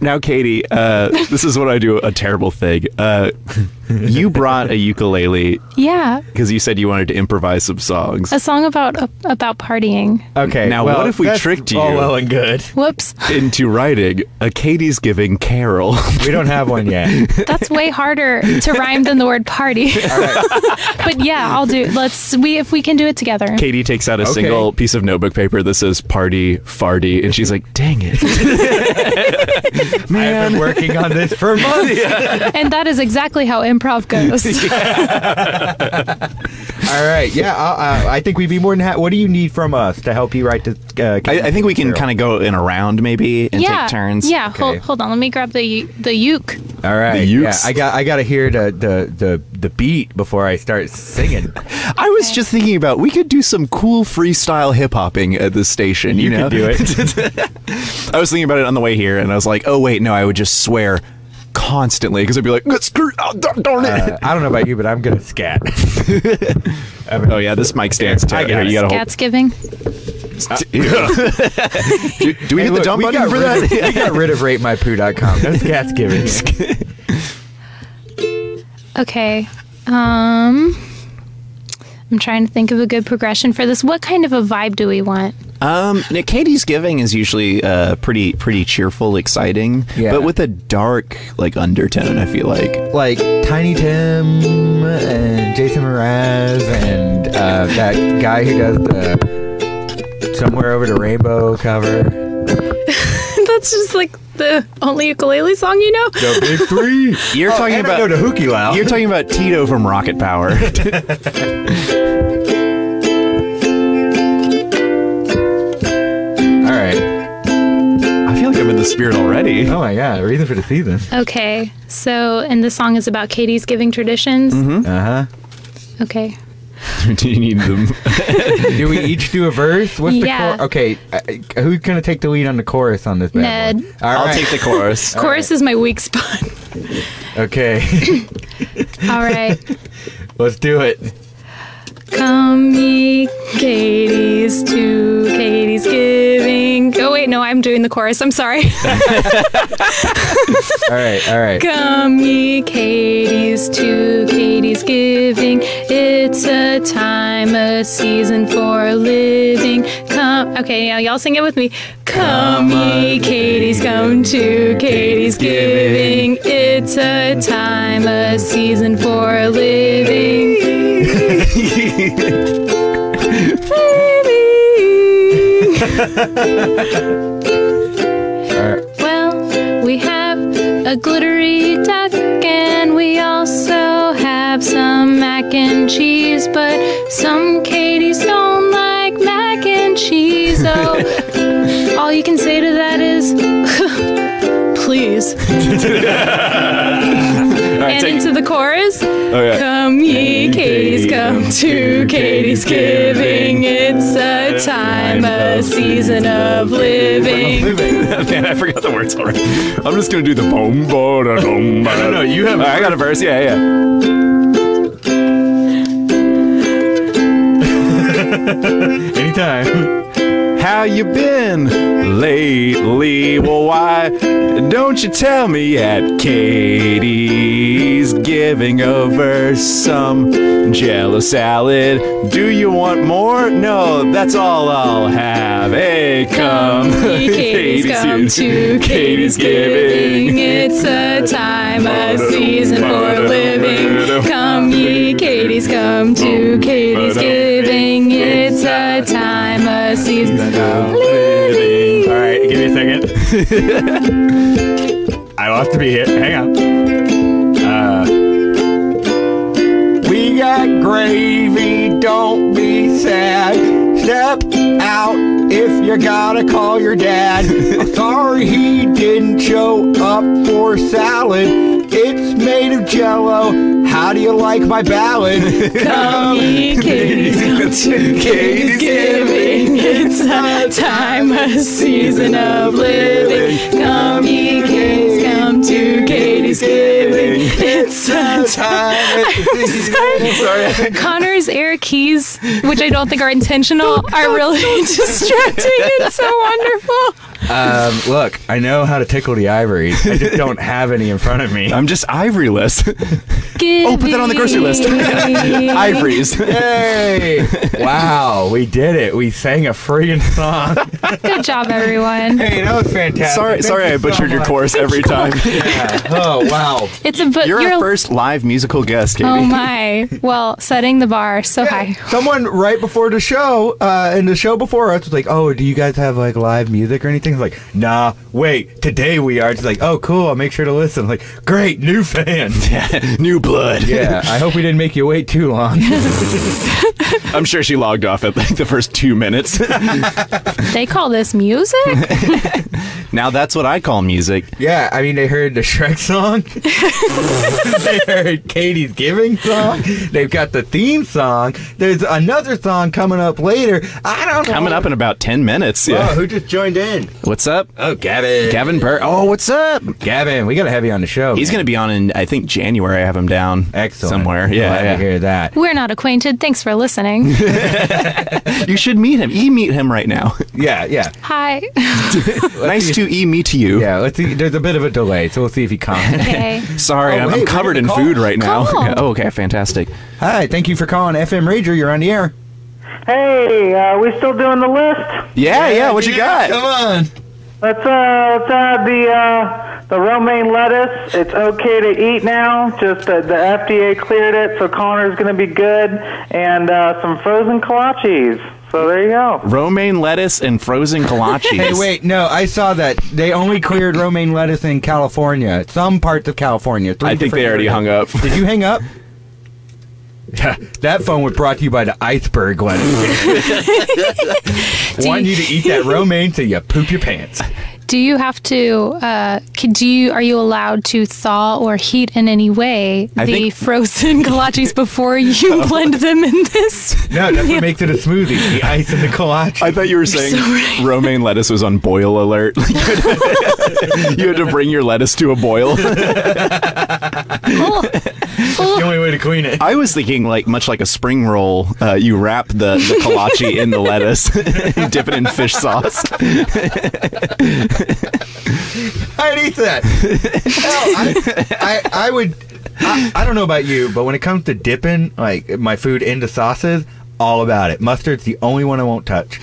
S1: Now, Katie, uh, this is what I do a terrible thing. Uh, you brought a ukulele
S3: Yeah.
S1: because you said you wanted to improvise some songs.
S3: A song about about partying.
S2: okay.
S1: Now,
S2: well,
S1: what if we
S2: that's
S1: tricked you?
S2: All well and good.
S3: Whoops.
S1: into writing a Katie's Giving Carol.
S2: We don't have one yet.
S3: That's way harder to rhyme than the word party. but yeah, I'll do. Let's we if we can do it together.
S1: Katie takes out a
S2: Okay.
S1: single piece of notebook paper that says party, farty, and she's like, dang it.
S2: I've been working on this for months.
S3: And that is exactly how improv goes.
S2: All right. Yeah, I'll, uh, I think we'd be more than happy. What do you need from us to help you write this? Uh,
S1: I, I think we can kind of go in a round maybe and
S3: yeah.
S1: take turns.
S3: Yeah.
S2: Okay.
S3: Hold, hold on. Let me grab the the uke.
S2: of. All right.
S1: The
S2: yeah,
S1: ukes.
S2: I got. I got to hear the, the the the beat before I start singing.
S1: I was just thinking about we could do some cool freestyle hip hopping at this station. You,
S2: You could
S1: know?
S2: do
S1: I was thinking about it on the way here, and I was like, oh wait, no, I would just swear constantly because I'd be like, screw, oh, darn darn it.
S2: Uh, I don't know about you, but I'm gonna scat.
S1: oh yeah, this mic stands too.
S2: I got
S1: Here,
S2: it.
S1: you gotta hold. Ah.
S3: Cat's giving.
S1: do, do we
S2: Hey,
S1: hit the
S2: look,
S1: dump
S2: we
S1: button
S2: got
S1: for
S2: rid
S1: that?
S2: Of, we got rid of ratemypoo.com. That's cat's giving.
S3: Okay. Um I'm trying to think of a good progression for this. What kind of a vibe do we want?
S1: Um, now, Katie's giving is usually uh, pretty pretty cheerful, exciting,
S2: Yeah.
S1: but with a dark like undertone. I feel like
S2: like Tiny Tim and Jason Mraz and uh, that guy who does the Somewhere Over the Rainbow cover.
S3: That's just like the only ukulele song you know.
S2: The big three.
S1: you're talking
S2: Oh, and I know
S1: about
S2: the Hookie Loud.
S1: you're talking about Tito from Rocket Power.
S2: All right.
S1: I feel like I'm in the spirit already.
S2: Oh my God. Reason for the season.
S3: Okay. So, and this song is about Katie's giving traditions.
S2: Uh huh.
S3: Okay.
S1: Do you need them?
S2: Do we each do a verse? What's
S3: Yeah.
S2: the chor- Okay. Uh, uh, who's gonna take the lead on the chorus on this? bad
S3: Ned.
S2: boy? All
S1: I'll
S2: right.
S1: take the chorus.
S3: Chorus is my weak spot.
S2: okay.
S3: All right.
S2: Let's do it.
S3: Come ye Katie's to Katie's giving. Oh wait, no, I'm doing the chorus. I'm sorry.
S2: All right. All right.
S3: Come ye Katie's to Katie's giving. It's a time, a season for a living. Come okay, now y'all sing it with me. Come ye Katie's come to Katie's giving. It's a time, a season for a living. Living.
S2: All right.
S3: Well, we have a glittery duck, and we also have some mac and cheese, but some Katie's don't like mac and cheese. Oh, all you can say to that is, please. and into the chorus.
S1: oh,
S3: Come ye, Katie's Uh, come to Katie's giving. It's a time, a season of living.
S1: Man, I forgot the words already. I'm just gonna do the boom boom boom. No,
S5: no, you have-
S1: I got a verse. Yeah, yeah.
S2: Anytime.
S1: How you been?
S6: lately. Well, why don't you tell me at Katie's giving over some jello salad? Do you want more? No, that's all I'll have. Hey, come.
S3: Katie's come to Katie's giving. It's a time, a season for living. Come ye, Katie's come to Katie's giving. It's a time, a season.
S5: All right, give me a second. I don't have to be hit. Hang on. Uh,
S6: We got gravy, don't be sad. Step out if you gotta call your dad. I'm sorry he didn't show up for salad. It's made of jello. How do you like my ballad?
S3: Come ye, Katie's come to Katie's giving. It's a time, a season of living. Come ye, Katie's come to Katie's giving. It's a
S6: sorry.
S3: Connor's air keys, which I don't think are intentional, are really distracting. It's so wonderful.
S2: Um, look, I know how to tickle the ivories. I just don't have any in front of me.
S1: I'm just ivoryless.
S3: oh,
S1: put that on the grocery list. Ivories.
S2: Hey! Wow, we did it. We sang a friggin' song.
S3: Good job, everyone.
S2: Hey, that was fantastic.
S1: sorry,
S2: Thank
S1: sorry,
S2: you
S1: I butchered
S2: so
S1: your
S2: much.
S1: course every time.
S2: Yeah. Oh, wow.
S3: It's a book.
S1: You're our first live musical guest, Katie.
S3: Oh my! Well, setting the bar so high.
S2: Someone right before the show, uh, in the show before us, was like, "Oh, do you guys have like live music or anything?" I was like, "Nah, wait, today we are." It's like, "Oh, cool, I'll make sure to listen." I'm like, great, new fan.
S1: New blood.
S2: yeah, I hope we didn't make you wait too long.
S1: I'm sure she logged off at like the first two minutes.
S3: They call this music.
S1: now that's what I call music.
S2: yeah, I mean, they heard the Shrek song, they heard Katie's Giving song, they've got the theme song. There's another song coming up later. I don't know.
S1: Coming up in about 10 minutes.
S2: Oh,
S1: Yeah.
S2: who just joined in?
S1: What's up?
S2: Oh, Gavin.
S1: Gavin Burr. Oh, what's up?
S2: Gavin, we got to have you on the show.
S1: He's
S2: man.
S1: going to be on in, I think, January. I have him down.
S2: Excellent.
S1: Somewhere.
S2: Glad
S1: Yeah.
S2: to
S1: yeah.
S2: hear that.
S3: We're not acquainted. Thanks for listening.
S1: You should meet him. E meet him right now.
S2: Yeah, yeah,
S3: Hi.
S1: nice to E meet you.
S2: yeah. Let's see. There's a bit of a delay, so we'll see if he comes.
S3: Okay.
S1: Sorry,
S2: Oh,
S1: I'm,
S2: wait,
S1: I'm
S2: we
S1: covered in
S2: didn't
S1: food
S2: call.
S1: right now.
S3: Call.
S1: Yeah. Oh, okay, fantastic.
S2: Hi, thank you for calling FM Rager. You're on the air.
S7: Hey, uh, we still doing the list?
S1: Yeah, yeah, what you got?
S2: Come on.
S7: Let's uh, let's add the uh, the romaine lettuce. It's okay to eat now. Just uh, the FDA cleared it, so Connor's gonna be good, and uh, some frozen kolaches. So there you go.
S1: Romaine lettuce and frozen kolaches.
S2: Hey, wait. No, I saw that they only cleared romaine lettuce in California. Some parts of California. Three
S1: I think they already hung up.
S2: Did you hang up? Yeah, that phone was brought to you by the iceberg lettuce. Want you to eat that romaine till you poop your pants.
S3: Do you have to? Uh, c- do you? Are you allowed to thaw or heat in any way the
S1: think-
S3: frozen kolaches before you blend them in this?
S2: No, that's what makes it a smoothie. The ice and the kolache.
S1: I thought you were saying romaine lettuce was on boil alert. Like, you, had to, you had to bring your lettuce to a boil.
S3: Oh.
S2: the only way to clean it.
S1: I was thinking, like much like a spring roll, uh, you wrap the, the kolache in the lettuce, dip it in fish sauce.
S2: I'd eat that. Hell, I, I, I would. I, I don't know about you, but when it comes to dipping like my food into sauces, all about it. Mustard's the only one I won't touch.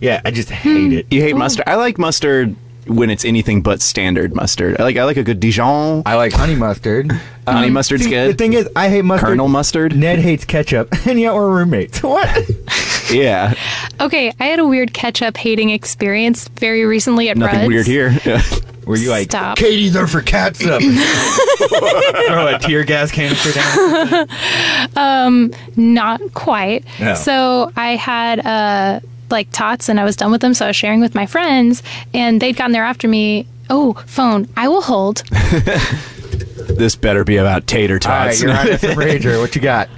S2: Yeah, I just hate it.
S1: You hate mustard? I like mustard when it's anything but standard mustard. I like I like a good Dijon.
S2: I like honey mustard.
S1: Honey mustard's
S2: See, The
S1: good.
S2: thing is, I hate mustard.
S1: Colonel mustard.
S2: Ned hates ketchup, and yet we're roommates. What?
S1: Yeah,
S3: Okay, I had a weird ketchup hating experience very recently at
S1: nothing
S3: Rudd's.
S1: weird here.
S2: Were you like,
S3: Stop.
S2: Katie's are for cats up? Throw a tear gas canister down.
S3: Not quite.
S2: No.
S3: So I had uh, like tots and I was done with them, so I was sharing with my friends, and they'd gotten there after me. Oh, phone, I will hold.
S1: this better be about tater
S2: All right,
S1: tots.
S2: you're on FM Rager. What you got?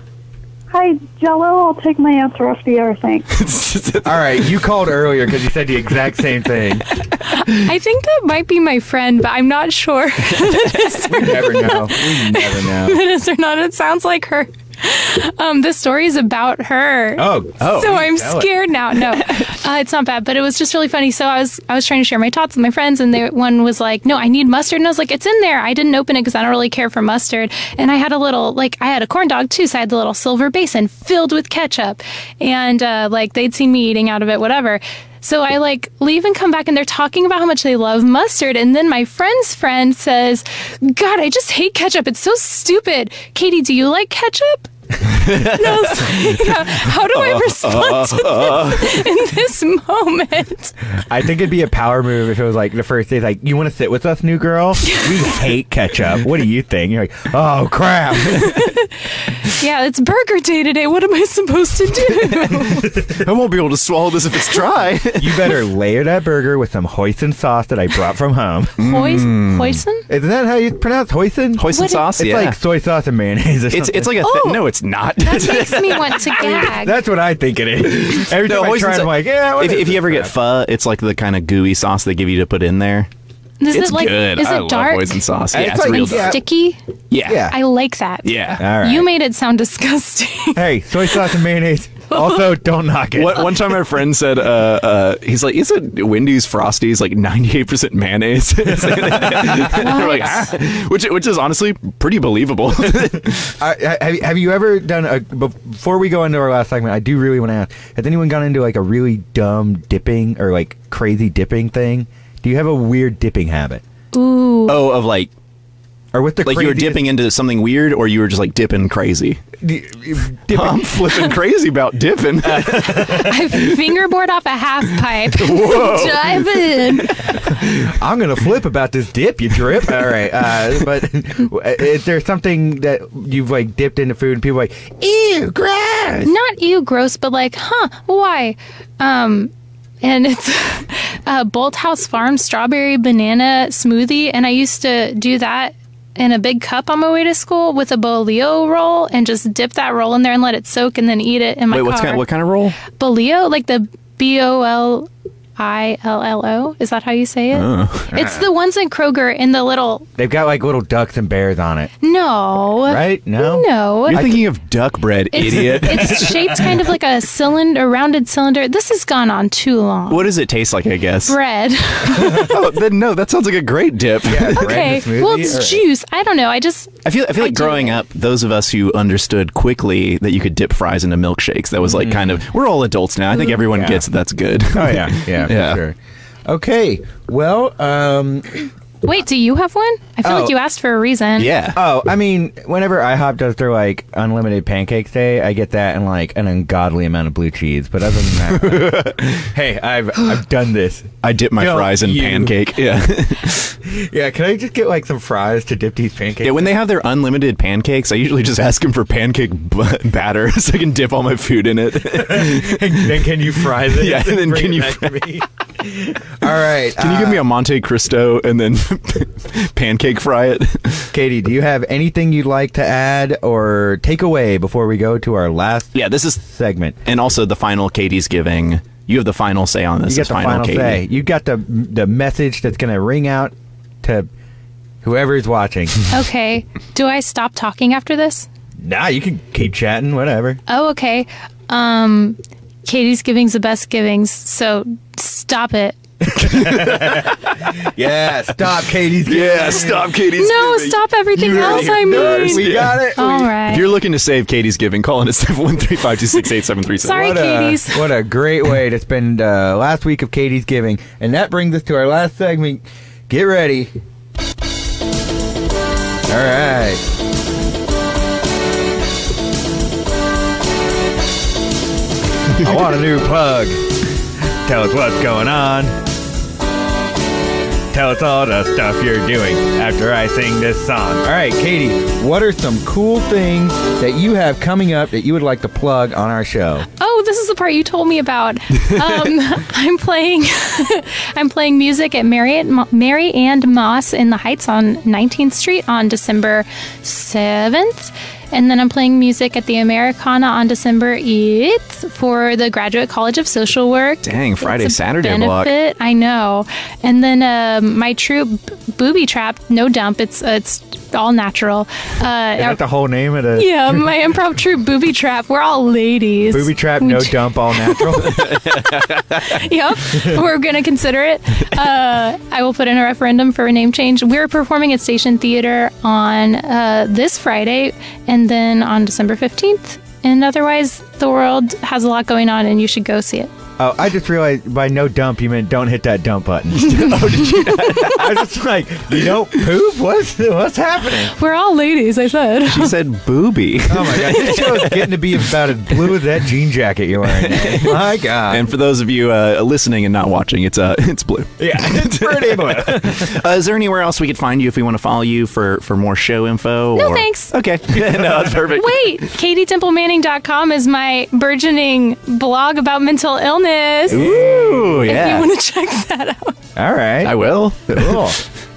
S4: Hi, Jello. I'll take my answer off the air. Thanks.
S2: All right, you called earlier because you said the exact same thing.
S3: I think that might be my friend, but I'm not sure.
S2: We never know. We never know.
S3: Is there not? It sounds like her. Um, this story is about her.
S2: Oh, oh.
S3: so I'm
S2: tell it.
S3: scared now. No, uh, it's not bad, but it was just really funny. So I was I was trying to share my tots with my friends, and they, one was like, "No, I need mustard," and I was like, "It's in there." I didn't open it because I don't really care for mustard. And I had a little like I had a corn dog too, so I had the little silver basin filled with ketchup, and uh, like they'd seen me eating out of it, whatever. So I like leave and come back, and they're talking about how much they love mustard. And then my friend's friend says, "God, I just hate ketchup. It's so stupid." Katie, do you like ketchup? And I was like, "Yeah, how do
S1: Uh,
S3: I respond to this in this moment?
S2: I think it'd be a power move if it was like the first day, like, you want to sit with us, new girl? We hate ketchup. What do you think? You're like, oh, crap.
S3: Yeah, it's burger day today. What am I supposed to do?
S1: I won't be able to swallow this if it's dry.
S2: you better layer that burger with some hoisin sauce that I brought from home.
S1: Hmm.
S3: Hois- Hoisin?
S2: Isn't that how you pronounce hoisin?
S1: Hoisin
S3: What it-
S1: sauce,
S2: It's
S1: yeah.
S2: like soy sauce and mayonnaise or
S1: it's
S2: something.
S1: it's like a thi-
S3: Oh.
S1: no, it's not.
S3: That makes me want to gag.
S2: That's what I think it is. Every
S1: No,
S2: time I
S1: hoisin
S2: try it,
S1: sauce-
S2: I'm like, yeah. what
S1: if,
S2: is
S1: if you
S2: this
S1: ever get
S2: crap?
S1: pho, it's like the kind of gooey sauce they give you to put in there.
S3: Is
S1: It's
S3: it like
S1: good.
S3: is
S1: I
S3: it
S1: love
S3: dark
S1: hoisin sauce.
S2: It's
S1: Yeah, it's,
S2: like-
S1: real
S2: yeah.
S1: dark.
S3: sticky?
S1: Yeah.
S2: Yeah.
S3: I like that.
S1: Yeah.
S2: All right.
S3: You made it sound disgusting.
S2: Hey, soy sauce and mayonnaise. Also, don't knock it.
S1: One, one time, my friend said, uh, uh, "He's like, is it Wendy's Frosties like ninety eight percent mayonnaise?" It's like- They're like, "Ah," which which is honestly pretty believable.
S2: I, I, have- have you ever done a before we go into our last segment? I do really want to ask: Has anyone gone into like a really dumb dipping or like crazy dipping thing? Do you have a weird dipping habit?
S3: Ooh.
S1: oh, of like
S2: Or with the
S1: like you were dipping into something weird, or you were just like dipping crazy.
S2: dipping?
S1: I'm flipping crazy about dipping.
S3: I fingerboard off a half pipe. Dive in.
S2: I'm gonna flip about this dip you drip. All right, uh, but is there something that you've like dipped into food and people are like ew gross?
S3: Not ew, gross, but like, huh, why? Um, and it's uh, Bolt House Farm strawberry banana smoothie. And I used to do that in a big cup on my way to school with a bolillo roll and just dip that roll in there and let it soak and then eat it in my
S1: Wait,
S3: car.
S1: what's kind what kind of roll?
S3: Bolillo, like the B O L I L L O. Is that how you say it?
S1: Oh,
S3: It's the ones in Kroger in the little.
S2: They've got like little ducks and bears on it,
S3: No.
S2: right? No,
S3: No.
S1: You're thinking of duck bread,
S3: It's,
S1: idiot.
S3: it's shaped kind of like a cylinder, a rounded cylinder. This has gone on too long.
S1: what does it taste like? I guess.
S3: Bread.
S1: Oh, then no, that sounds like a great dip.
S3: okay.
S2: smoothie?
S3: Well, it's
S2: All right.
S3: juice. I don't know. I just
S1: I feel I feel like
S3: do.
S1: growing up, those of us who understood quickly that you could dip fries into milkshakes, that was like kind of we're all adults now. I think everyone
S2: Yeah.
S1: gets that that's good.
S2: Oh yeah, yeah, for
S1: Yeah.
S2: sure. Okay, well, um,
S3: wait. Do you have one? I feel
S2: Oh.
S3: like you asked for a reason.
S1: yeah.
S2: oh, I mean, whenever IHOP does their like unlimited pancakes day, I get that and like an ungodly amount of blue cheese. But other than that, like, hey, I've I've done this.
S1: I dip my
S2: Don't
S1: fries in
S2: you.
S1: pancake. Yeah.
S2: Yeah, can I just get like some fries to dip these pancakes?
S1: yeah. When they have their unlimited pancakes, I usually just ask them for pancake b- batter so I can dip all my food in it.
S2: and then can you fry this?
S1: Yeah, and then
S2: bring
S1: can
S2: it
S1: you
S2: back to me? All right. uh,
S1: Can you give me a Monte Cristo and then pancake fry it?
S2: Katie? Do you have anything you'd like to add or take away before we go to our last
S1: yeah. This is
S2: segment?
S1: and also the final Katie's giving. You have the final say on this.
S2: you got
S1: It's
S2: the
S1: final,
S2: final
S1: Katie.
S2: say. You got the the message that's going to ring out to whoever's watching.
S3: Okay. Do I stop talking after this?
S2: nah, you can keep chatting, whatever.
S3: Oh, okay. Um, Katie's giving's the best givings, so stop it.
S2: Yeah, stop, Katie's.
S1: Yeah. Stop, Katie's.
S3: No,
S1: giving.
S3: stop everything else I mean.
S2: We got it.
S3: All right.
S1: If you're looking to save Katie's giving, call in at 713-526-8737.
S3: Sorry,
S2: What a,
S3: Katie's.
S2: what a great way to spend uh, last week of Katie's giving, and that brings us to our last segment. Get ready. All right. I want a new plug. Tell us what's going on. Tell us all the stuff you're doing after I sing this song. All right, Katie, what are some cool things that you have coming up that you would like to plug on our show?
S3: Oh, this is the part you told me about. Um, I'm playing, I'm playing music at Marriott, Mary and Moss in the Heights on 19th Street on December 7th. And then I'm playing music at the Americana on December 8th for the Graduate College of Social Work.
S1: Dang, Friday,
S3: It's a
S1: Saturday block.
S3: benefit. I know. And then um, my troupe, Booby Trap, no dump. It's uh, it's all natural.
S2: Is
S3: Uh,
S2: that the whole name of the
S3: yeah, my improv troupe, Booby Trap. We're all ladies.
S2: booby trap,
S3: We
S2: no
S3: do-
S2: dump, all natural?
S3: yep. We're going to consider it. Uh, I will put in a referendum for a name change. We're performing at Station Theater on uh, this Friday and then on December 15th. And otherwise, the world has a lot going on and you should go see it.
S2: oh, I just realized by no dump you meant don't hit that dump button. oh, did you? I was just like, you don't poop? What's what's happening?
S3: We're all ladies, I said.
S1: She said booby.
S2: Oh my god, this show is getting to be about as blue as that jean jacket you're wearing. my god,
S1: And for those of you uh, listening and not watching, it's uh, it's blue.
S2: yeah, it's pretty blue.
S1: Uh, is there anywhere else we could find you if we want to follow you for for more show info?
S3: No,
S1: or-
S3: thanks.
S1: Okay, no, that's perfect.
S3: Wait, katieTempleManning.com is my burgeoning blog about mental illness.
S1: Ooh,
S3: If you
S1: yeah,
S3: want to check that out.
S2: All right,
S1: I will.
S2: cool.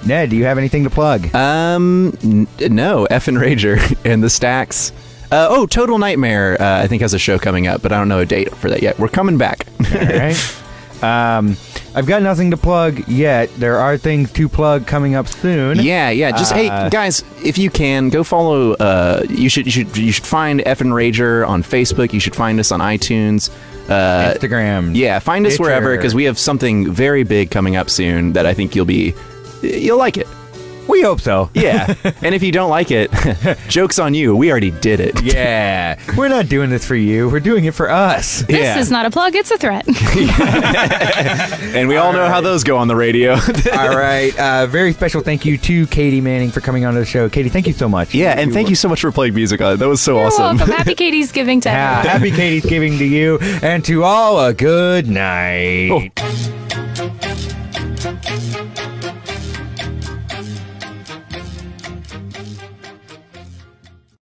S2: Ned, do you have anything to plug?
S1: Um, n- no, F and Rager and the Stacks. Uh, oh, Total Nightmare, uh, I think has a show coming up, but I don't know a date for that yet. We're coming back.
S2: All right. Um, I've got nothing to plug yet. There are things to plug coming up soon.
S1: Yeah, yeah. Just hey, guys, if you can, go follow. Uh, you should you should you should find F and Rager on Facebook. You should find us on iTunes. Uh,
S2: Instagram.
S1: yeah, find us
S2: Stitcher.
S1: wherever because we have something very big coming up soon that I think you'll be you'll like it.
S2: we hope so.
S1: Yeah, and if you don't like it, jokes on you. We already did it.
S2: Yeah, we're not doing this for you. We're doing it for us.
S3: This
S1: Yeah.
S3: is not a plug, it's a threat.
S1: and we all know how those go on the radio.
S2: All right. Uh, very special thank you to Katie Manning for coming on the show. Katie, thank you so much.
S1: yeah, and thank you so much for playing music on it. That was so
S3: You're
S1: awesome.
S3: welcome. Happy Katie's giving to everyone.
S2: Yeah, happy Katie's giving to you and to all a good night.
S1: Oh.